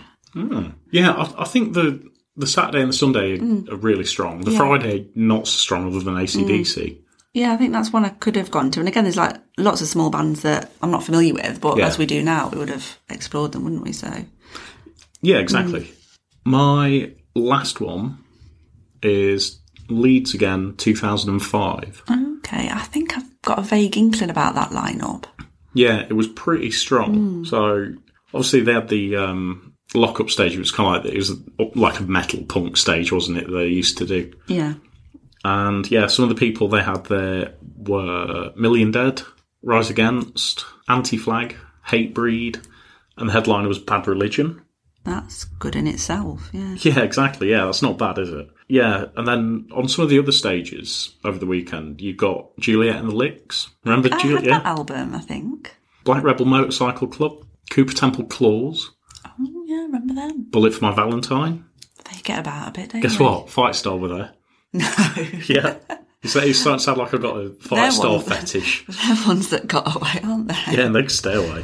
A: Yeah, I, I think the the Saturday and the Sunday are,
B: Mm.
A: are really strong. The Friday not so strong, other than
B: Mm.
A: ACDC.
B: Yeah, I think that's one I could have gone to. And again, there's like lots of small bands that I'm not familiar with, but
A: Yeah.
B: as we do now, we would have explored them, wouldn't we? So,
A: Yeah, exactly.
B: Mm.
A: My last one is Leeds again, two thousand and five.
B: okay, I think I've got a vague inkling about that lineup.
A: Yeah, it was pretty
B: Mm.
A: strong. So obviously they had the um, lock up stage. It was kind of like it was like a metal punk stage, wasn't it? They used to do.
B: Yeah.
A: And yeah, some of the people they had there were Million Dead, Rise Against, Anti Flag, Hate Breed, and the headliner was Bad Religion.
B: That's good in itself. Yeah.
A: Yeah, exactly. Yeah, that's not bad, is it? Yeah, and then on some of the other stages over the weekend, you got Juliet and the Licks. Remember
B: I had
A: Juliet?
B: that album, I think.
A: Black Rebel Motorcycle Club, Cooper Temple Claws,
B: Oh, yeah, I remember them.
A: Bullet for My Valentine.
B: They get about a bit, don't
A: Guess
B: they?
A: what? Fight Star were there.
B: No.
A: Yeah. It's it's starting to sound like I've got a
B: They're
A: fight star
B: ones-
A: fetish.
B: They're ones that got away, aren't they?
A: Yeah, and they can stay away.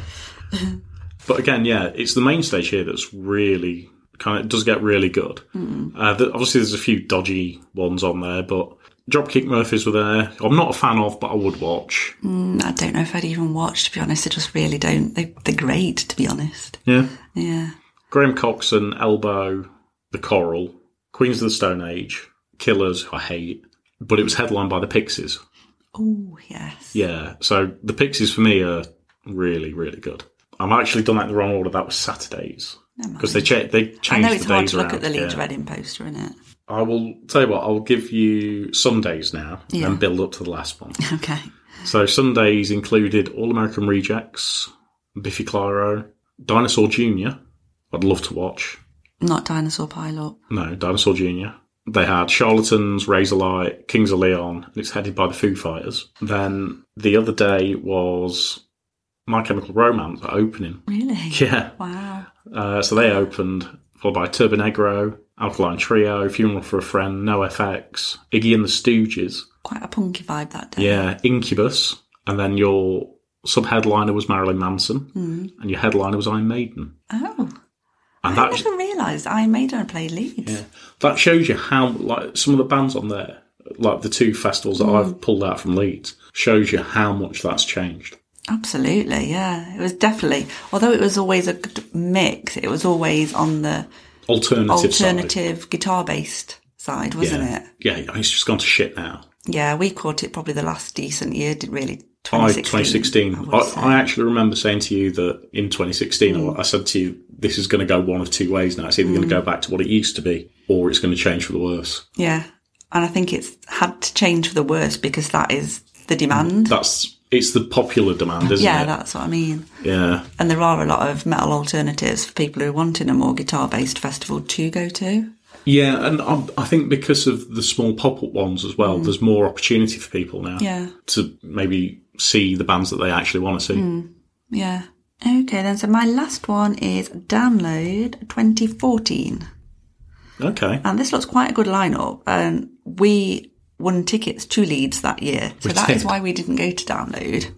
A: but again, yeah, it's the main stage here that's really kind of does get really good.
B: Mm-hmm.
A: Uh, th obviously, there's a few dodgy ones on there, but Dropkick Murphys were there. I'm not a fan of, but I would watch.
B: Mm, I don't know if I'd even watch, to be honest. I just really don't. They, they're great, to be honest.
A: Yeah,
B: Yeah.
A: Graham Coxon, Elbow, The Coral, Queens of the Stone Age, Killers. who I hate, but it was headlined by the Pixies.
B: Oh, yes.
A: Yeah, so the Pixies for me are really, really good. I'm actually done that in the wrong order. That was Saturdays
B: Never mind.
A: because they cha- they changed
B: I know it's
A: the days
B: hard to look
A: around.
B: at the Leeds
A: yeah.
B: Reading poster, isn't it?
A: I will tell you what, I'll give you Sundays now
B: Yeah.
A: and build up to the last one.
B: Okay.
A: so Sundays included All American Rejects, Biffy Clyro, Dinosaur Jr. I'd love to watch.
B: Not Dinosaur Pilot.
A: No, Dinosaur Jr. They had Charlatans, Razorlight, Kings of Leon, and it's headed by the Foo Fighters. Then the other day was My Chemical Romance at opening.
B: Really?
A: Yeah.
B: Wow.
A: Uh, so they opened, followed by Turbo Negro, Alkaline Trio, Funeral for a Friend, No FX, Iggy and the Stooges.
B: Quite a punky vibe that day.
A: Yeah, Incubus, and then your sub headliner was Marilyn Manson,
B: Mm.
A: and your headliner was Iron Maiden,
B: Oh.
A: and
B: I
A: that
B: never realised I made her play Leeds.
A: yeah, that shows you how like some of the bands on there, like the two festivals that
B: Hmm.
A: I've pulled out from Leeds, shows you how much that's changed.
B: Absolutely, yeah. It was definitely, although it was always a good mix, it was always on the
A: Alternative, side.
B: alternative guitar based side, wasn't
A: yeah.
B: it?
A: Yeah, it's just gone to shit now.
B: Yeah, we caught it probably the last decent year, did really.
A: I
B: 2016.
A: 2016.
B: I would
A: I,
B: say. Hmm.
A: I actually remember saying to you that in 2016, I I said to you, this is going to go one of two ways now. It's either going to go back to what it used to be, or it's going to change for the worse.
B: yeah. And I think it's had to change for the worse because that is the demand.
A: That's it's the popular demand, isn't
B: yeah,
A: it?
B: that's what I mean.
A: yeah.
B: And there are a lot of metal alternatives for people who are wanting a more guitar based festival to go to.
A: Yeah, and I, I think because of the small pop up ones as well, there's more opportunity for people now
B: Mm. Yeah.
A: to maybe see the bands that they actually want to see.
B: Mm. Yeah. Okay, then. So my last one is Download 2014.
A: Okay.
B: And this looks quite a good lineup. And we won tickets to Leeds that year. So
A: We
B: that is
A: did.
B: why we didn't go to Download.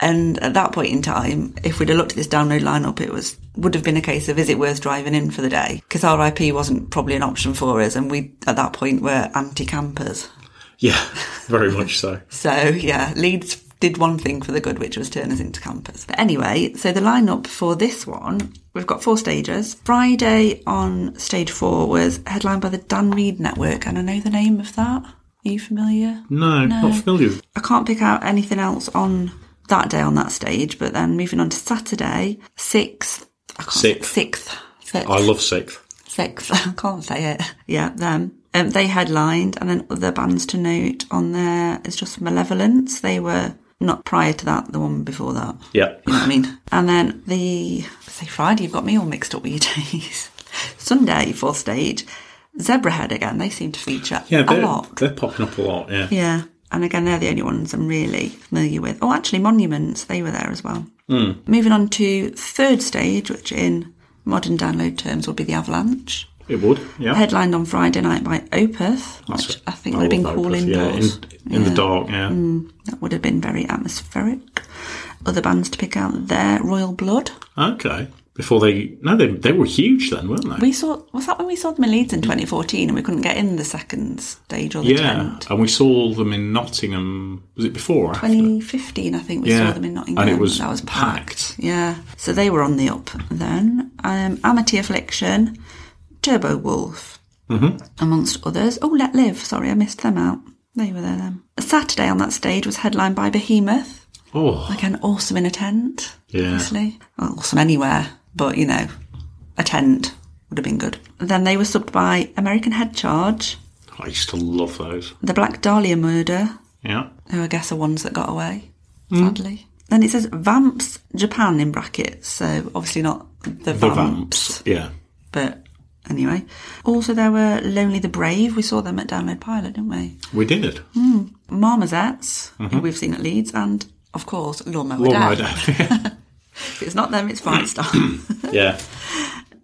B: And at that point in time, if we'd have looked at this download lineup, it was would have been a case of is it worth driving in for the day? Because RIP wasn't probably an option for us, and we at that point were anti-campers.
A: Yeah, very much so.
B: So yeah, Leeds did one thing for the good, which was turn us into campers. But anyway, so the lineup for this one, we've got four stages. Friday on stage four was headlined by the Dan Reed Network, and I know the name of that. Are you familiar?
A: No, not familiar. with-
B: I can't pick out anything else on that day on that stage. But then moving on to Saturday, sixth, I can't
A: Sixth.
B: sixth, sixth,
A: I love Sixth.
B: sixth. I can't say it. Yeah, them. Um, they headlined, and then other bands to note on there is just Malevolence. They were not prior to that, the one before that.
A: Yeah.
B: You know what I mean? And then the say Friday, you've got me all mixed up with your days. Sunday, fourth stage, Zebrahead again. They seem to feature
A: Yeah,
B: a
A: they're,
B: lot.
A: they're popping up a lot. Yeah.
B: Yeah. And again, they're the only ones I'm really familiar with.
A: Hmm.
B: Oh, actually, Monuments, they were there as well. Moving on to third stage, which in modern download terms would be the Avalanche.
A: It would, yeah.
B: Headlined on Friday night by Opeth,
A: That's
B: which
A: it.
B: I think
A: I
B: would have been
A: love
B: cool
A: Opeth,
B: indoors.
A: Yeah, in, in the dark, yeah.
B: Mm. That would have been very atmospheric. Other bands to pick out there Royal Blood.
A: Okay. Before they, no, they, they were huge then, weren't they?
B: We saw, was that when we saw them in Leeds in 2014 and we couldn't get in the second stage or the
A: yeah,
B: tent?
A: and we saw them in Nottingham. Was it before? Or after?
B: 2015, I think we
A: Yeah,
B: saw them in Nottingham.
A: and it was
B: that was
A: packed.
B: packed. Yeah, so they were on the up then. Um, Amity Affliction, Turbo Wolf, amongst others. Oh, Let Live. Sorry, I missed them out. They were there then. Saturday on that stage was headlined by Behemoth.
A: Oh,
B: Again, awesome in a tent.
A: Yeah.
B: Obviously. Well, awesome anywhere, but you know, a tent would have been good. Then they were subbed by American Head Charge,
A: I used to love those.
B: The Black Dahlia Murder,
A: Yeah.
B: who I guess are ones that got away, sadly. Then it says Vamps Japan in brackets, so obviously not the,
A: The
B: Vamps,
A: Vamps. Yeah.
B: But anyway. Also, there were Lonely the Brave. We saw them at Download Pilot, didn't we?
A: We did.
B: Marmosets, who we've seen at Leeds, and of course, Lawnmower
A: Lawnmower
B: Dad.
A: Dad.
B: If it's not them, it's Five Star.
A: yeah.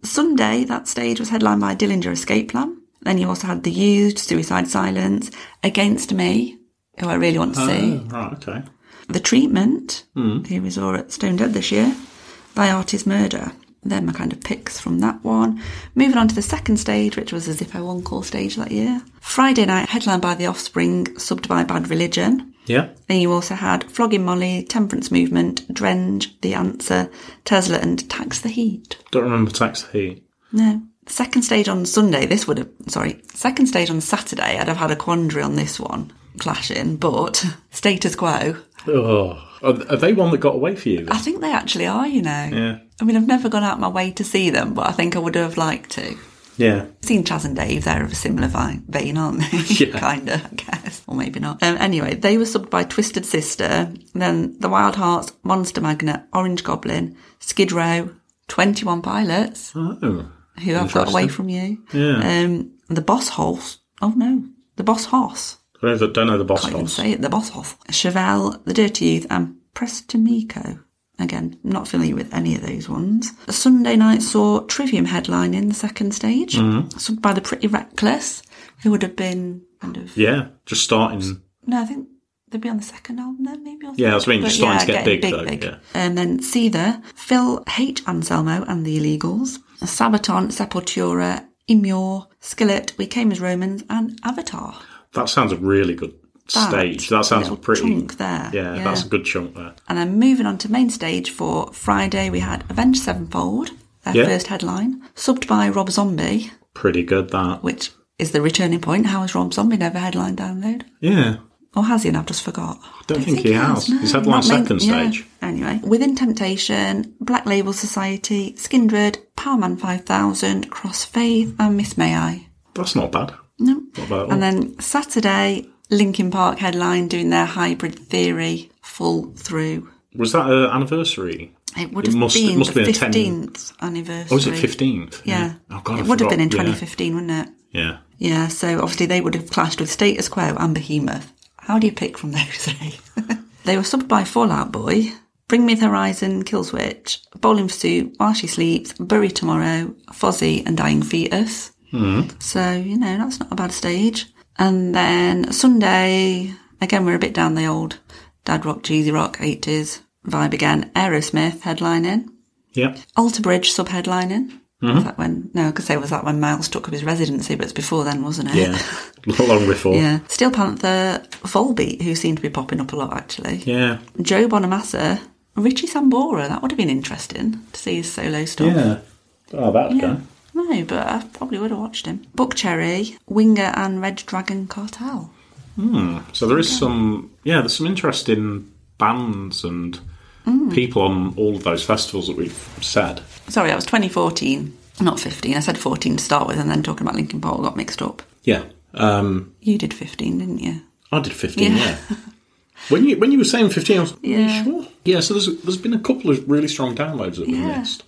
B: Sunday, that stage was headlined by Dillinger Escape Plan. Then you also had The Used, Suicide Silence, Against Me, who I really want to see.
A: Oh, right, okay.
B: The Treatment, who we saw at Stone Dead this year, by Art is Murder. They're my kind of picks from that one. Moving on to the second stage, which was the Zippo On Call stage that year. Friday night, headlined by The Offspring, subbed by Bad Religion.
A: Yeah.
B: Then you also had Flogging Molly, Temperance Movement, Drenge, The Answer, Tesla, and Tax the Heat.
A: Don't remember Tax the Heat.
B: No. Second stage on Sunday, this would have, sorry, second stage on Saturday, I'd have had a quandary on this one, clashing, but status quo.
A: Oh. Are, are they one that got away for you?
B: I
A: Then?
B: think they actually are, you know.
A: Yeah.
B: I mean, I've never gone out my way to see them, but I think I would have liked to.
A: Yeah.
B: Seen Chaz and Dave, they're of a similar vi- vein, aren't they?
A: Yeah.
B: kind of, I guess. Or maybe not. Um, anyway, they were subbed by Twisted Sister, then The Wild Hearts, Monster Magnet, Orange Goblin, Skid Row, 21 Pilots,
A: Oh.
B: who I've got
A: Interesting.
B: away from you.
A: Yeah.
B: Um, the Boss Hoss. Oh no. The Boss Hoss.
A: For those that don't know the boss
B: I can
A: dogs.
B: say it. The Boss Hoss. Chevelle, The Dirty Youth, and Prestamico. Again, not familiar with any of those ones. Sunday night saw Trivium headline in the second stage,
A: Mm-hmm.
B: subbed by the Pretty Reckless, who would have been kind of.
A: Yeah. Just starting.
B: No, I think they'd be on the second album then, maybe. Or
A: Yeah, that's what I mean,
B: But
A: just starting to get
B: getting
A: big, though, yeah.
B: And then Seether, Phil H. Anselmo and the Illegals, Sabaton, Sepultura, Imure, Skillet, We Came as Romans, and Avatar.
A: That sounds a really good stage. That sounds
B: little
A: pretty.
B: chunk there.
A: Yeah,
B: yeah.
A: that's a good chunk there.
B: And then moving on to main stage for Friday, we had Avenged Sevenfold, their
A: Yeah.
B: first headline, subbed by Rob Zombie,
A: Pretty good that.
B: which is the returning point. How has Rob Zombie never headline download?
A: Yeah.
B: Or has he? And I've just forgot. I
A: don't think he has. He's headlined
B: Not main-
A: second
B: yeah.
A: stage.
B: Anyway, Within Temptation, Black Label Society, Skindred, Powerman 5000, Cross Faith, and Miss May I.
A: That's not bad.
B: No.
A: Not bad at all.
B: And then Saturday, Linkin Park headline doing their hybrid theory full through.
A: Was that an anniversary?
B: It would
A: It
B: have
A: must- it
B: been
A: must
B: the
A: have been a 10
B: fifteenth anniversary.
A: Oh, was it 15th?
B: Yeah.
A: Oh, God, I
B: it would have been in
A: forgot. Yeah.
B: 2015, wouldn't it?
A: Yeah.
B: Yeah. So obviously they would have clashed with Status Quo and Behemoth. How do you pick from those three? they were subbed by Fallout Boy, Bring Me the Horizon, Killswitch, Bowling for Soup, While She Sleeps, Bury Tomorrow, Fozzy, and Dying Fetus. Mm. So you know that's not a bad stage. And then Sunday again, we're a bit down the old dad rock, cheesy rock, 80s vibe again. Aerosmith headlining.
A: Yeah.
B: Alter Bridge subheadlining.
A: Mm-hmm.
B: Was that when? No, because it was that when Miles took up his residency, but it's before then, wasn't it?
A: Yeah. Long before.
B: yeah. Steel Panther, Volbeat, who seemed to be popping up a lot actually.
A: Yeah.
B: Joe Bonamassa, Richie Sambora. That would have been interesting to see his solo stuff.
A: Yeah. Oh, that's
B: Yeah.
A: good.
B: No, but I probably would have watched him. Book Cherry, Winger, and Red Dragon Cartel.
A: So there is some, yeah, there's some interesting bands and
B: Mm.
A: people on all of those festivals that we've said.
B: Sorry, that was 2014, not 15. I said 14 to start with, and then talking about Linkin Park got mixed up.
A: Yeah. Um,
B: You did 15, didn't you?
A: I did 15, yeah.
B: Yeah.
A: When you when you were saying 15, I was, yeah.
B: Yeah.
A: sure? Yeah, so there's, there's been a couple of really strong downloads that we
B: Yeah.
A: missed.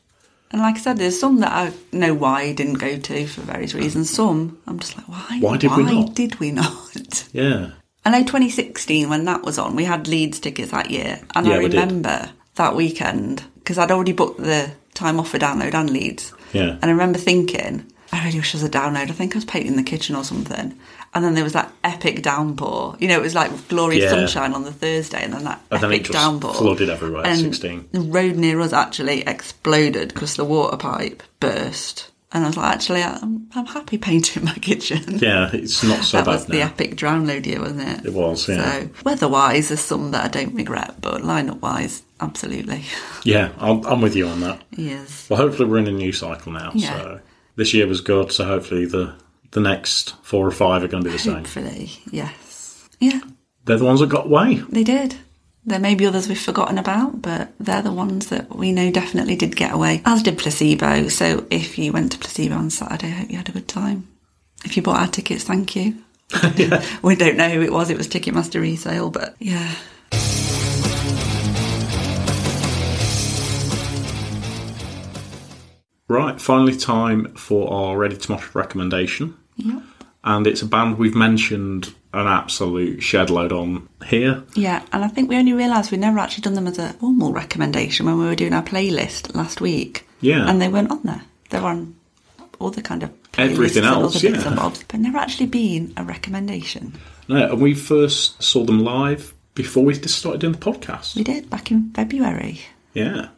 B: And like I said, there's some that I know why I didn't go to for various reasons. Some I'm just like, why?
A: Why did we not?
B: did we not?
A: Yeah.
B: I know 2016 when that was on, we had Leeds tickets that year, and
A: Yeah,
B: I
A: we did.
B: remember that weekend because I'd already booked the time off for download and leads.
A: Yeah.
B: And I remember thinking, I really wish there was a download. I think I was painting the kitchen or something. And then there was that epic downpour. You know, it was like glorious
A: Yeah.
B: sunshine on the Thursday, and then that
A: And
B: epic
A: then it just
B: downpour
A: flooded everywhere at
B: And
A: 16.
B: The road near us actually exploded because the water pipe burst. And I was like, actually, I'm, I'm happy painting my kitchen.
A: Yeah, it's not so
B: that
A: bad
B: was the
A: now.
B: epic download year, wasn't it?
A: It was, yeah.
B: So weather-wise, there's some that I don't regret, but lineup-wise, absolutely,
A: Yeah, I'll, I'm with you on that.
B: yes.
A: Well, hopefully we're in a new cycle now.
B: Yeah.
A: So this year was good. So hopefully the the next four or five are going to be the same.
B: Hopefully, yes, yeah.
A: They're the ones that got away.
B: They did. There may be others we've forgotten about, but they're the ones that we know definitely did get away, as did Placebo. So if you went to Placebo on Saturday, I hope you had a good time. If you bought our tickets, thank you. We don't know who it was, it was Ticketmaster resale, but yeah.
A: Right, finally time for our Ready to Mosh recommendation. And it's a band we've mentioned an absolute shed load on here.
B: Yeah, and I think we only realised we'd never actually done them as a formal recommendation when we were doing our playlist last week.
A: Yeah.
B: And they weren't on there. They were on all the kind of
A: Everything
B: playlists and
A: else,
B: other bits
A: yeah.
B: and bobs, but never actually been a recommendation.
A: No, and we first saw them live before we just started doing the podcast.
B: We did back in February.
A: Yeah.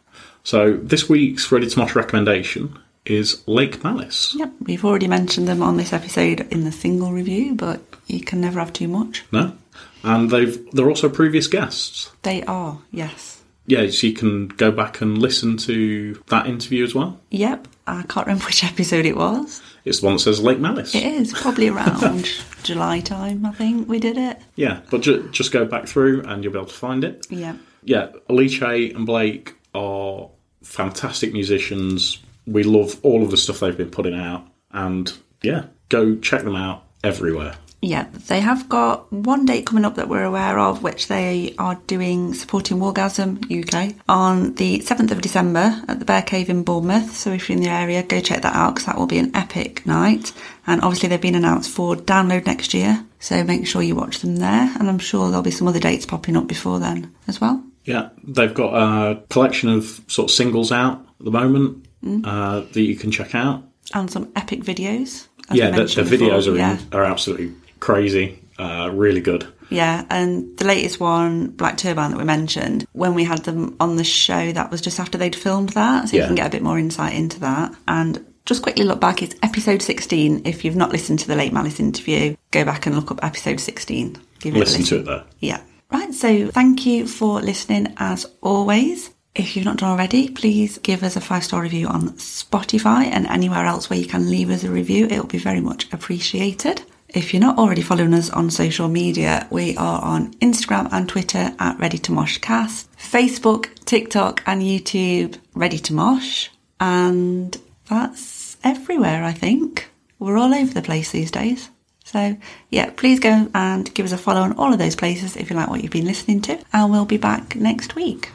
A: So this week's Ready to Mosh recommendation is Lake Malice.
B: Yep, we've already mentioned them on this episode in the single review, but you can never have too much.
A: No? And they've they're also previous guests.
B: They are, yes.
A: yeah, so you can go back and listen to that interview as well.
B: Yep, I can't remember which episode it was.
A: It's the one that says Lake Malice.
B: It is probably around July time, I think we did it.
A: Yeah, but ju- just go back through and you'll be able to find it.
B: Yeah.
A: Yeah, Alice and Blake are fantastic musicians. We love all of the stuff they've been putting out. And yeah, go check them out everywhere.
B: Yeah, they have got one date coming up that we're aware of, which they are doing supporting Wargasm UK on the 7th of December at the Bear Cave in Bournemouth. So if you're in the area, go check that out because that will be an epic night. And obviously, they've been announced for download next year. So make sure you watch them there. And I'm sure there'll be some other dates popping up before then as well.
A: Yeah, they've got a collection of sort of singles out at the moment
B: Mm.
A: uh, that you can check out.
B: And some epic videos. as
A: yeah, the,
B: we
A: the
B: mentioned
A: videos
B: before.
A: are,
B: Yeah.
A: are absolutely crazy, uh, really good.
B: Yeah, and the latest one, Black Turbine, that we mentioned, when we had them on the show, that was just after they'd filmed that, so
A: Yeah.
B: you can get a bit more insight into that. And just quickly look back, it's episode 16. If you've not listened to the Late Malice interview, go back and look up episode 16. Give it a
A: Listen to it there.
B: yeah. Right. So thank you for listening as always. If you've not done already, please give us a five star review on Spotify and anywhere else where you can leave us a review. It will be very much appreciated. If you're not already following us on social media, we are on Instagram and Twitter at Ready to Mosh Cast, Facebook, TikTok, and YouTube Ready to Mosh, and that's everywhere. I think we're all over the place these days. So, yeah, please go and give us a follow on all of those places if you like what you've been listening to, and we'll be back next week.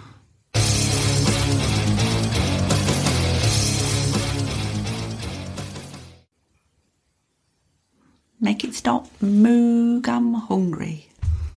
B: Make it stop. Moog, I'm hungry.